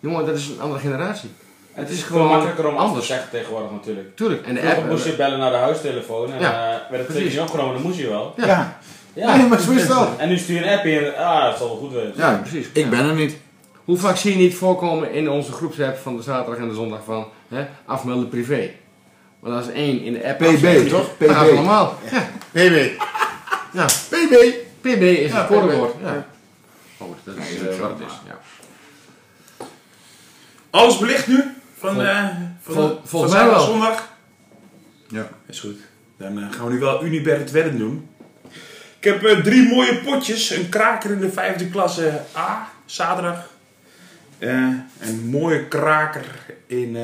[SPEAKER 4] jongen, dat is een andere generatie.
[SPEAKER 6] Het is
[SPEAKER 4] is
[SPEAKER 6] gewoon
[SPEAKER 4] gewoon
[SPEAKER 6] makkelijker om anders
[SPEAKER 4] anders.
[SPEAKER 6] te zeggen tegenwoordig natuurlijk.
[SPEAKER 4] Tuurlijk, en de
[SPEAKER 6] Vroeger
[SPEAKER 4] app...
[SPEAKER 6] moest je bellen naar de huistelefoon en
[SPEAKER 4] Ja,
[SPEAKER 6] eh, werd het
[SPEAKER 4] precies.
[SPEAKER 6] tekentje opgenomen, dan moest je wel.
[SPEAKER 7] Ja.
[SPEAKER 6] Ja.
[SPEAKER 7] Nee, maar zo is het wel.
[SPEAKER 6] En nu stuur je een app in, ah, dat zal wel goed wezen.
[SPEAKER 7] Ja,
[SPEAKER 4] precies.
[SPEAKER 7] Ik ben er niet.
[SPEAKER 4] Hoe vaak zie je niet voorkomen in onze groepsapp van de zaterdag en de zondag van hè, afmelden privé? Want als één in de app...
[SPEAKER 7] PB,
[SPEAKER 4] afzet,
[SPEAKER 7] toch?
[SPEAKER 4] dan gaat het
[SPEAKER 7] PB.
[SPEAKER 4] allemaal. Ja.
[SPEAKER 9] PB.
[SPEAKER 4] Ja.
[SPEAKER 7] BB!
[SPEAKER 4] PB is het codewoord.
[SPEAKER 7] PB.
[SPEAKER 4] Ja. Oh, dat is
[SPEAKER 7] dat
[SPEAKER 4] eh,
[SPEAKER 7] kan
[SPEAKER 4] wat het is.
[SPEAKER 7] maar.
[SPEAKER 4] Ja.
[SPEAKER 2] Alles belicht nu? Van, eh, van,
[SPEAKER 4] vol-
[SPEAKER 2] van
[SPEAKER 4] volgens mij
[SPEAKER 2] zaterdag,
[SPEAKER 4] wel.
[SPEAKER 2] zondag?
[SPEAKER 7] Ja.
[SPEAKER 2] Is goed. Dan eh, gaan we nu wel Unibert Wedden doen. Ik heb eh, drie mooie potjes. Een kraker in de vijfde klasse A, zaterdag. Eh, een mooie kraker in eh,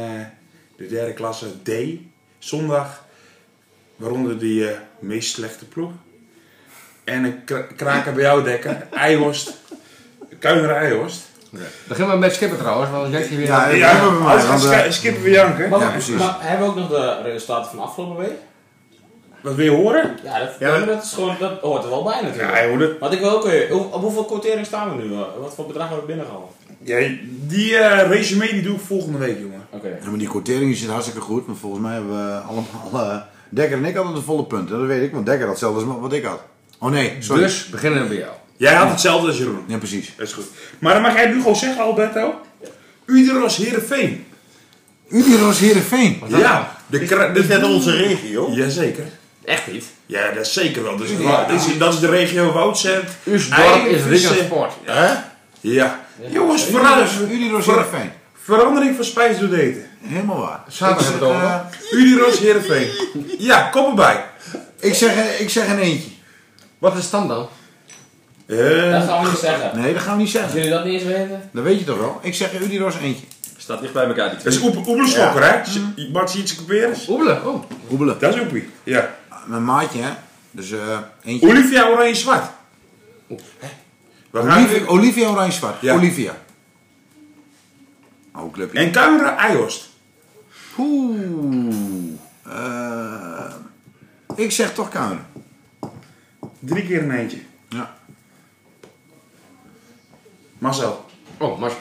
[SPEAKER 2] de derde klasse D, zondag. Waaronder die eh, meest slechte ploeg. En een kra- kraker bij jou, Dekker. Eihorst. Kuiner Eihorst.
[SPEAKER 4] Begin maar met skippen trouwens, want dan zet je weer...
[SPEAKER 7] Ja,
[SPEAKER 2] Ja,
[SPEAKER 7] ja, hebben we maar.
[SPEAKER 2] als
[SPEAKER 7] want,
[SPEAKER 2] gaat
[SPEAKER 7] eh,
[SPEAKER 2] scha- skippen we janken.
[SPEAKER 6] Maar,
[SPEAKER 7] Ja, precies.
[SPEAKER 6] maar hebben we ook nog de resultaten van afgelopen week?
[SPEAKER 2] Wat wil je horen?
[SPEAKER 6] Ja, dat,
[SPEAKER 9] Ja, maar-
[SPEAKER 6] dat, is gewoon, dat hoort er wel bij natuurlijk.
[SPEAKER 2] Ja, hoor.
[SPEAKER 6] Want ik wil ook weer, hoe- op hoeveel quotering staan we nu? eh? Wat voor bedrag hebben we binnengehaald?
[SPEAKER 2] Ja, die eh resume die doe ik volgende week, jongen.
[SPEAKER 6] Oké.
[SPEAKER 7] Ja, maar die quotering zit hartstikke goed, maar volgens mij hebben we allemaal... eh, Dekker en ik hadden de volle punten, dat weet ik, want Dekker had hetzelfde als wat ik had. Oh nee, sorry.
[SPEAKER 4] Dus beginnen we bij jou.
[SPEAKER 2] Jij had hetzelfde als Jeroen.
[SPEAKER 7] Ja, precies.
[SPEAKER 2] Dat is goed. Maar dan mag jij nu gewoon zeggen, Alberto. Uderos Heerenveen.
[SPEAKER 7] Udiros Heerenveen.
[SPEAKER 2] Ja, de kra-
[SPEAKER 9] Dit is net
[SPEAKER 2] de-
[SPEAKER 9] onze regio.
[SPEAKER 2] Jazeker.
[SPEAKER 4] Echt niet?
[SPEAKER 2] Ja, dat is zeker wel. Dus dat, is, dat is de regio Woudzend.
[SPEAKER 4] Uusdorp is
[SPEAKER 2] Eindhoven.
[SPEAKER 4] Rikken Sport.
[SPEAKER 2] Ja. Jongens,
[SPEAKER 7] Udiros,
[SPEAKER 2] verander-
[SPEAKER 7] Udiros
[SPEAKER 2] ver-
[SPEAKER 7] Heerenveen.
[SPEAKER 2] verandering van spijs door eten.
[SPEAKER 7] Helemaal waar.
[SPEAKER 4] Zaterdag
[SPEAKER 7] Ik
[SPEAKER 4] hebben we
[SPEAKER 7] zeg,
[SPEAKER 4] het
[SPEAKER 7] eh,
[SPEAKER 2] Uderos Heerenveen. Ja, kom erbij.
[SPEAKER 7] ik, zeg, ik zeg een eentje.
[SPEAKER 4] Wat is de stand dan?
[SPEAKER 2] Eh,
[SPEAKER 6] Dat gaan we niet zeggen.
[SPEAKER 7] Nee, dat gaan we niet
[SPEAKER 6] Als
[SPEAKER 7] zeggen.
[SPEAKER 6] jullie dat niet eens weten?
[SPEAKER 7] Dat weet je toch wel? Ik zeg Udiros eentje.
[SPEAKER 3] Staat dicht bij elkaar. Die
[SPEAKER 2] dat
[SPEAKER 6] Dus,
[SPEAKER 3] twee.
[SPEAKER 2] is oep- oebelschokker, hè? Z- Mats iets Kuperens.
[SPEAKER 4] Oebelen, oh.
[SPEAKER 7] Hoebelen.
[SPEAKER 2] Dat is oepie. Ja.
[SPEAKER 7] Mijn maatje, hè. Dus eh, eentje.
[SPEAKER 2] Olivia Oranje Zwart.
[SPEAKER 7] Oh.
[SPEAKER 2] We gaan
[SPEAKER 7] Olivia, Olivia Oranje-Zwart.
[SPEAKER 2] Ja.
[SPEAKER 7] Olivia. Oh, clubje.
[SPEAKER 2] En Camera Ajost.
[SPEAKER 7] Oeh. Eh, ik zeg toch Kuilen.
[SPEAKER 2] Drie keer een eentje.
[SPEAKER 7] Ja.
[SPEAKER 2] Marcel.
[SPEAKER 4] Oh, Mars.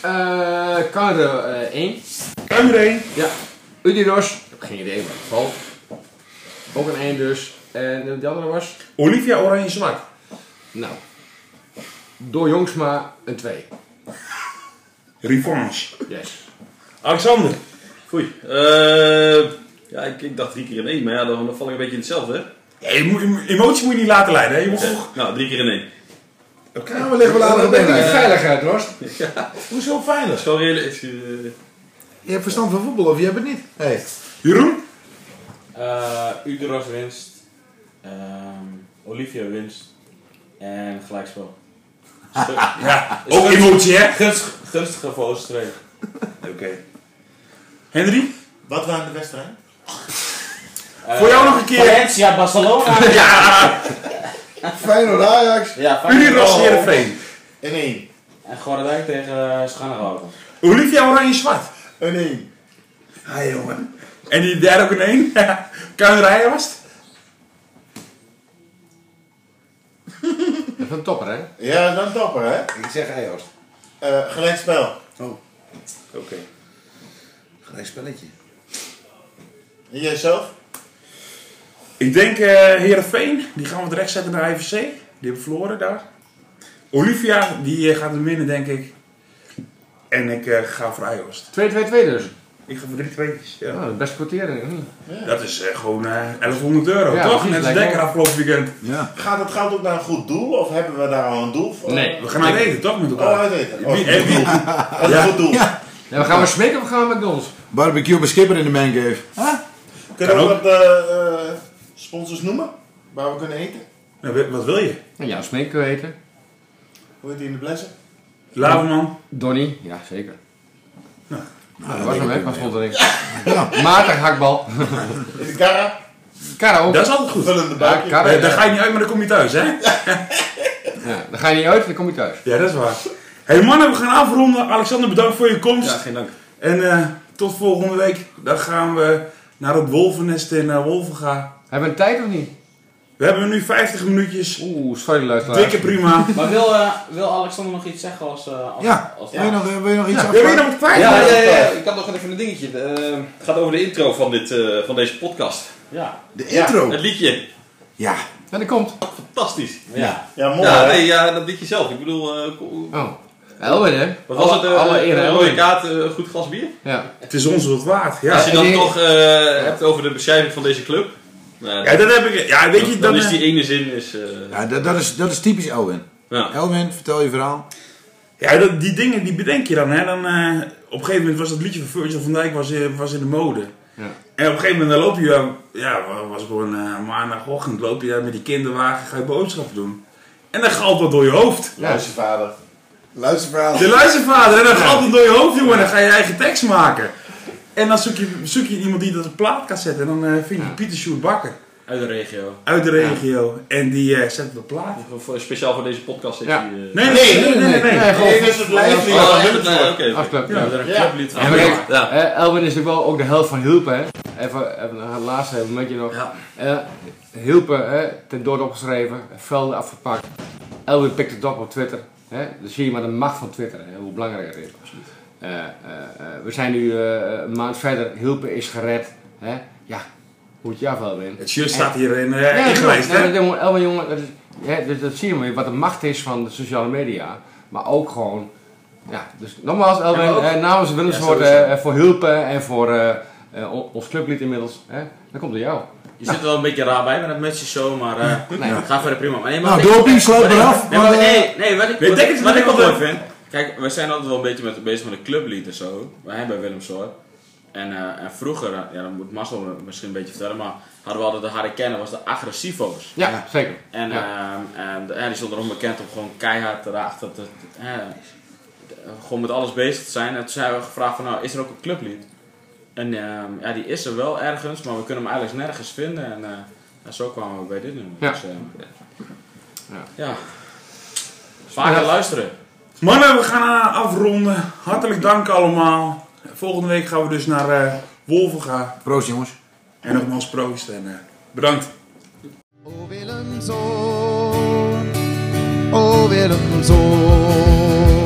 [SPEAKER 4] Eh, Karre eh 1.
[SPEAKER 2] Camera 1.
[SPEAKER 4] Ja. Udiros. Ik heb geen idee, maar het valt. Ook een 1 dus. En de andere was?
[SPEAKER 2] Olivia Oranje Zwart.
[SPEAKER 4] Nou. Door Jongsma een 2.
[SPEAKER 2] Revanche.
[SPEAKER 4] Yes.
[SPEAKER 2] Alexander.
[SPEAKER 3] Foei. Eh, ja, ik, ik dacht drie keer in één, maar ja, dan, dan val ik een beetje in hetzelfde, hè?
[SPEAKER 2] Ja, je moet, je- emotie moet je niet laten leiden. Hè? Je moet gewoon...
[SPEAKER 3] Nou, drie keer in één.
[SPEAKER 7] Ja, Nou, we liggen wel aan de benen.
[SPEAKER 4] veilig uit, Rost.
[SPEAKER 7] Hoezo veilig?
[SPEAKER 3] Zo redelijk. eh,
[SPEAKER 7] Je hebt verstand van voetbal of je hebt het niet? Hey.
[SPEAKER 2] Jeroen.
[SPEAKER 6] Eh Uderos winst. Ehm Olivia winst. En gelijkspel.
[SPEAKER 2] Ja, ook emotie hè.
[SPEAKER 6] Gunstig, gunstige voor Oostenrijk.
[SPEAKER 2] Oké. Henry.
[SPEAKER 9] Wat waren de wedstrijden?
[SPEAKER 7] Eh,
[SPEAKER 2] Voor jou nog een keer.
[SPEAKER 6] Valencia, Barcelona.
[SPEAKER 7] Feyenoord Ajax.
[SPEAKER 6] ja,
[SPEAKER 7] Oh.
[SPEAKER 2] Unie Ros Heerenveen.
[SPEAKER 9] In één.
[SPEAKER 6] En Gorendijk tegen uh, Schannegouden.
[SPEAKER 2] Hoe liep jij oranje-zwart?
[SPEAKER 7] Een één. Ha Ah, jongen.
[SPEAKER 2] En die derde ook een één? Kuinerijen was het?
[SPEAKER 4] Dat is een topper, hè?
[SPEAKER 7] Ja, dan topper hè.
[SPEAKER 8] Ik zeg Eijhorst.
[SPEAKER 7] Eh gelijk spel.
[SPEAKER 2] Oké.
[SPEAKER 8] Gelijk spelletje.
[SPEAKER 7] En jijzelf?
[SPEAKER 2] Ik denk eh Heerenveen, die gaan we direct zetten naar IVC. Die hebben verloren daar. Olivia, die eh, gaat hem winnen, denk ik. En ik eh, ga voor Ajost.
[SPEAKER 4] 2-2-2 dus.
[SPEAKER 2] Ik ga voor drie tweetjes, ja.
[SPEAKER 4] Nou, best kwartering.
[SPEAKER 2] Dat is eh, gewoon eh, 1100 euro,
[SPEAKER 4] Ja,
[SPEAKER 2] toch?
[SPEAKER 4] precies,
[SPEAKER 2] Net als
[SPEAKER 4] lijkt
[SPEAKER 2] Dekker
[SPEAKER 4] wel.
[SPEAKER 2] afgelopen weekend.
[SPEAKER 8] Ja.
[SPEAKER 7] Gaat het geld ook naar een goed doel of hebben we daar al een doel voor?
[SPEAKER 3] Nee.
[SPEAKER 2] We gaan naar eten, toch? Met
[SPEAKER 7] Oh,
[SPEAKER 2] elkaar.
[SPEAKER 7] uit eten.
[SPEAKER 2] Wie-
[SPEAKER 7] Wie,
[SPEAKER 2] eh, wie-
[SPEAKER 7] Dat is een goed doel.
[SPEAKER 8] Ja.
[SPEAKER 4] Ja, we gaan we smeken of gaan we McDonald's?
[SPEAKER 8] Barbecue bij Skipper in de mancave.
[SPEAKER 7] Kunnen we
[SPEAKER 2] Kan
[SPEAKER 7] wat eh, eh, sponsors noemen? Waar we kunnen eten?
[SPEAKER 2] Nou, wat- Wat wil je?
[SPEAKER 4] Nou Ja, smeken kunnen we eten.
[SPEAKER 7] Hoe heet die in de blessen?
[SPEAKER 2] Laverman.
[SPEAKER 4] Donnie, ja zeker. Nou, dat was hem, hè? Maar stond er niks. Matig hakbal.
[SPEAKER 7] In de Kara?
[SPEAKER 4] Karo.
[SPEAKER 2] Dat is altijd goed.
[SPEAKER 7] Vullende
[SPEAKER 4] Ja,
[SPEAKER 7] buikje.
[SPEAKER 4] Karo.
[SPEAKER 2] Eh, daar ga je niet uit, maar dan kom je thuis, hè?
[SPEAKER 4] Ja, dan ga je niet uit, dan kom je thuis.
[SPEAKER 2] Ja, dat is waar. hey mannen, we gaan afronden. Alexander, bedankt voor je komst.
[SPEAKER 3] geen dank.
[SPEAKER 2] En eh, tot volgende week. Dan gaan we naar het wolvennest in eh, Wolvenga.
[SPEAKER 4] Hebben we een tijd of niet?
[SPEAKER 2] We hebben nu 50 minuutjes.
[SPEAKER 4] Oeh, sorry luisteraars.
[SPEAKER 2] Dikke prima.
[SPEAKER 6] Maar wil, eh, wil Alexander nog iets zeggen als... eh, als
[SPEAKER 8] Ja.
[SPEAKER 6] als
[SPEAKER 8] Wil je nog, wil je nog iets
[SPEAKER 2] Wil je
[SPEAKER 8] afvragen?
[SPEAKER 2] nog wat kwijt?
[SPEAKER 3] Ja, ja, ja, ja. ik had nog even een dingetje. Eh, het gaat over de intro van, dit, eh, van deze podcast.
[SPEAKER 6] Ja.
[SPEAKER 8] De intro.
[SPEAKER 3] Het liedje,
[SPEAKER 8] Ja.
[SPEAKER 4] Ja, dat komt.
[SPEAKER 3] fantastisch.
[SPEAKER 6] Ja.
[SPEAKER 7] Ja, mooi.
[SPEAKER 3] Ja,
[SPEAKER 7] hè?
[SPEAKER 3] nee, ja, dat liedje zelf. Ik bedoel, eh, ko-
[SPEAKER 4] Oh. Elwin, hè?
[SPEAKER 3] wat was het? eh,
[SPEAKER 4] Alle
[SPEAKER 3] eh,
[SPEAKER 4] eer aan
[SPEAKER 3] rode
[SPEAKER 4] Elwin.
[SPEAKER 3] kaart, eh, een goed glas bier?
[SPEAKER 4] Ja.
[SPEAKER 2] Het is ons wat waard. Ja.
[SPEAKER 3] Als je
[SPEAKER 4] en
[SPEAKER 3] dan
[SPEAKER 4] die-
[SPEAKER 3] toch eh, hebt over de beschrijving van deze club. nou,
[SPEAKER 2] ja, dat heb ik. Ja, weet je,
[SPEAKER 3] dan
[SPEAKER 2] dan,
[SPEAKER 3] is
[SPEAKER 2] eh,
[SPEAKER 3] die ene zin... Is, eh,
[SPEAKER 8] ja nou, dat, dat, is, dat is typisch Elwin.
[SPEAKER 3] ja.
[SPEAKER 8] Elwin, vertel je verhaal.
[SPEAKER 2] ja, dat, die dingen die bedenk je dan. Hè. dan eh, op een gegeven moment was dat liedje van Virgil van Dijk was, eh, was in de mode.
[SPEAKER 4] Ja.
[SPEAKER 2] En op een gegeven moment dan loop je, dan- ja, was gewoon eh, maandagochtend, loop je daar met die kinderwagen, ga je boodschappen doen. En dan galt dat door je hoofd.
[SPEAKER 7] Luistervader.
[SPEAKER 8] Luisterverhaal.
[SPEAKER 2] De luistervader, en dan gaat het door je hoofd, jongen, en dan ga je eigen tekst maken. En dan zoek je, zoek je iemand die dat op plaat kan zetten. En dan eh, vind je Pieter Sjoerd Bakker
[SPEAKER 6] Uit de regio.
[SPEAKER 2] uit de regio. En die eh, zet het op plaat.
[SPEAKER 3] Voor- Speciaal voor deze podcast heeft
[SPEAKER 4] Ja.
[SPEAKER 3] hij... eh,
[SPEAKER 2] Nee, nee, nee, nee, nee.
[SPEAKER 4] Nee,
[SPEAKER 7] Nee,
[SPEAKER 4] gewoon.
[SPEAKER 7] dit is het lijfje.
[SPEAKER 3] Oh,
[SPEAKER 7] Ja,
[SPEAKER 3] echt?
[SPEAKER 7] dit is
[SPEAKER 3] Nee,
[SPEAKER 7] het.
[SPEAKER 3] oké, oké.
[SPEAKER 4] Afklap.
[SPEAKER 2] Ja.
[SPEAKER 3] Ja.
[SPEAKER 7] Ja.
[SPEAKER 4] Ja, maar kijk,
[SPEAKER 3] Ja.
[SPEAKER 4] eh, Elwin is natuurlijk wel ook de helft van Hulpen, hè? Even, even een laatste momentje nog.
[SPEAKER 3] Ja.
[SPEAKER 4] Eh, Hulpen, hè, ten dood opgeschreven, velden afgepakt. Elwin pikt het op op Twitter. Hè? Dan zie je maar de macht van Twitter, hè, hoe belangrijk het is. Eh, eh, eh, we zijn nu eh, een maand verder, Hulpen is gered. Hè? Ja, hoe het jou wel wint.
[SPEAKER 2] Het shirt staat hier in, eh
[SPEAKER 4] Ja,
[SPEAKER 2] ingelijst,
[SPEAKER 4] klopt.
[SPEAKER 2] hè?
[SPEAKER 4] Ja, maar jongen, Elwin, jongen, dat, is, hè, dus dat zie je maar wat de macht is van de sociale media. Maar ook gewoon, ja, dus nogmaals Elwin,
[SPEAKER 3] Ja, maar ook-
[SPEAKER 4] eh, namens Willemswoord
[SPEAKER 3] Ja, sowieso.
[SPEAKER 4] eh, voor hulpen en voor eh, eh, on- ons clublied inmiddels, hè, dat komt door jou.
[SPEAKER 6] Je zit er wel een beetje raar bij met dat mutje zo, maar eh
[SPEAKER 4] Nee.
[SPEAKER 6] ga verder prima. Maar nee, maar
[SPEAKER 8] Nou,
[SPEAKER 6] wat ik-
[SPEAKER 8] doping, sluit maar af.
[SPEAKER 6] Nee,
[SPEAKER 8] maar,
[SPEAKER 6] maar,
[SPEAKER 8] eh,
[SPEAKER 6] nee, nee, wat ik,
[SPEAKER 2] Nee,
[SPEAKER 6] wat,
[SPEAKER 2] denk het
[SPEAKER 6] wat
[SPEAKER 2] niet
[SPEAKER 6] ik wel
[SPEAKER 2] wel.
[SPEAKER 6] mooi vind. Kijk, we zijn altijd wel een beetje met, bezig met de clublied en zo. Wij hebben Willem Soort. En, eh, en vroeger, eh, ja, dat moet Marcel me misschien een beetje vertellen, maar hadden we altijd de harde kennen, was de agressivo's.
[SPEAKER 4] Ja, zeker.
[SPEAKER 6] En,
[SPEAKER 4] ja.
[SPEAKER 6] ehm, en eh, die stond erom bekend om gewoon keihard erachter te, te- hè, te- gewoon met alles bezig te zijn. En toen zijn we gevraagd van, nou, is er ook een clublied? En ehm, ja, die is er wel ergens, maar we kunnen hem eigenlijk nergens vinden. En eh, ja, zo kwamen we bij dit nummer.
[SPEAKER 4] Ja.
[SPEAKER 6] Dus, ehm,
[SPEAKER 4] Ja.
[SPEAKER 6] ja. Vaker
[SPEAKER 4] Ja.
[SPEAKER 6] luisteren.
[SPEAKER 2] Mannen, we gaan eh, afronden. Hartelijk dank allemaal. Volgende week gaan we dus naar eh Wolvenga.
[SPEAKER 8] Proost jongens.
[SPEAKER 2] En nogmaals proost en eh, bedankt.
[SPEAKER 1] O Willemzoon, o Willemzoon,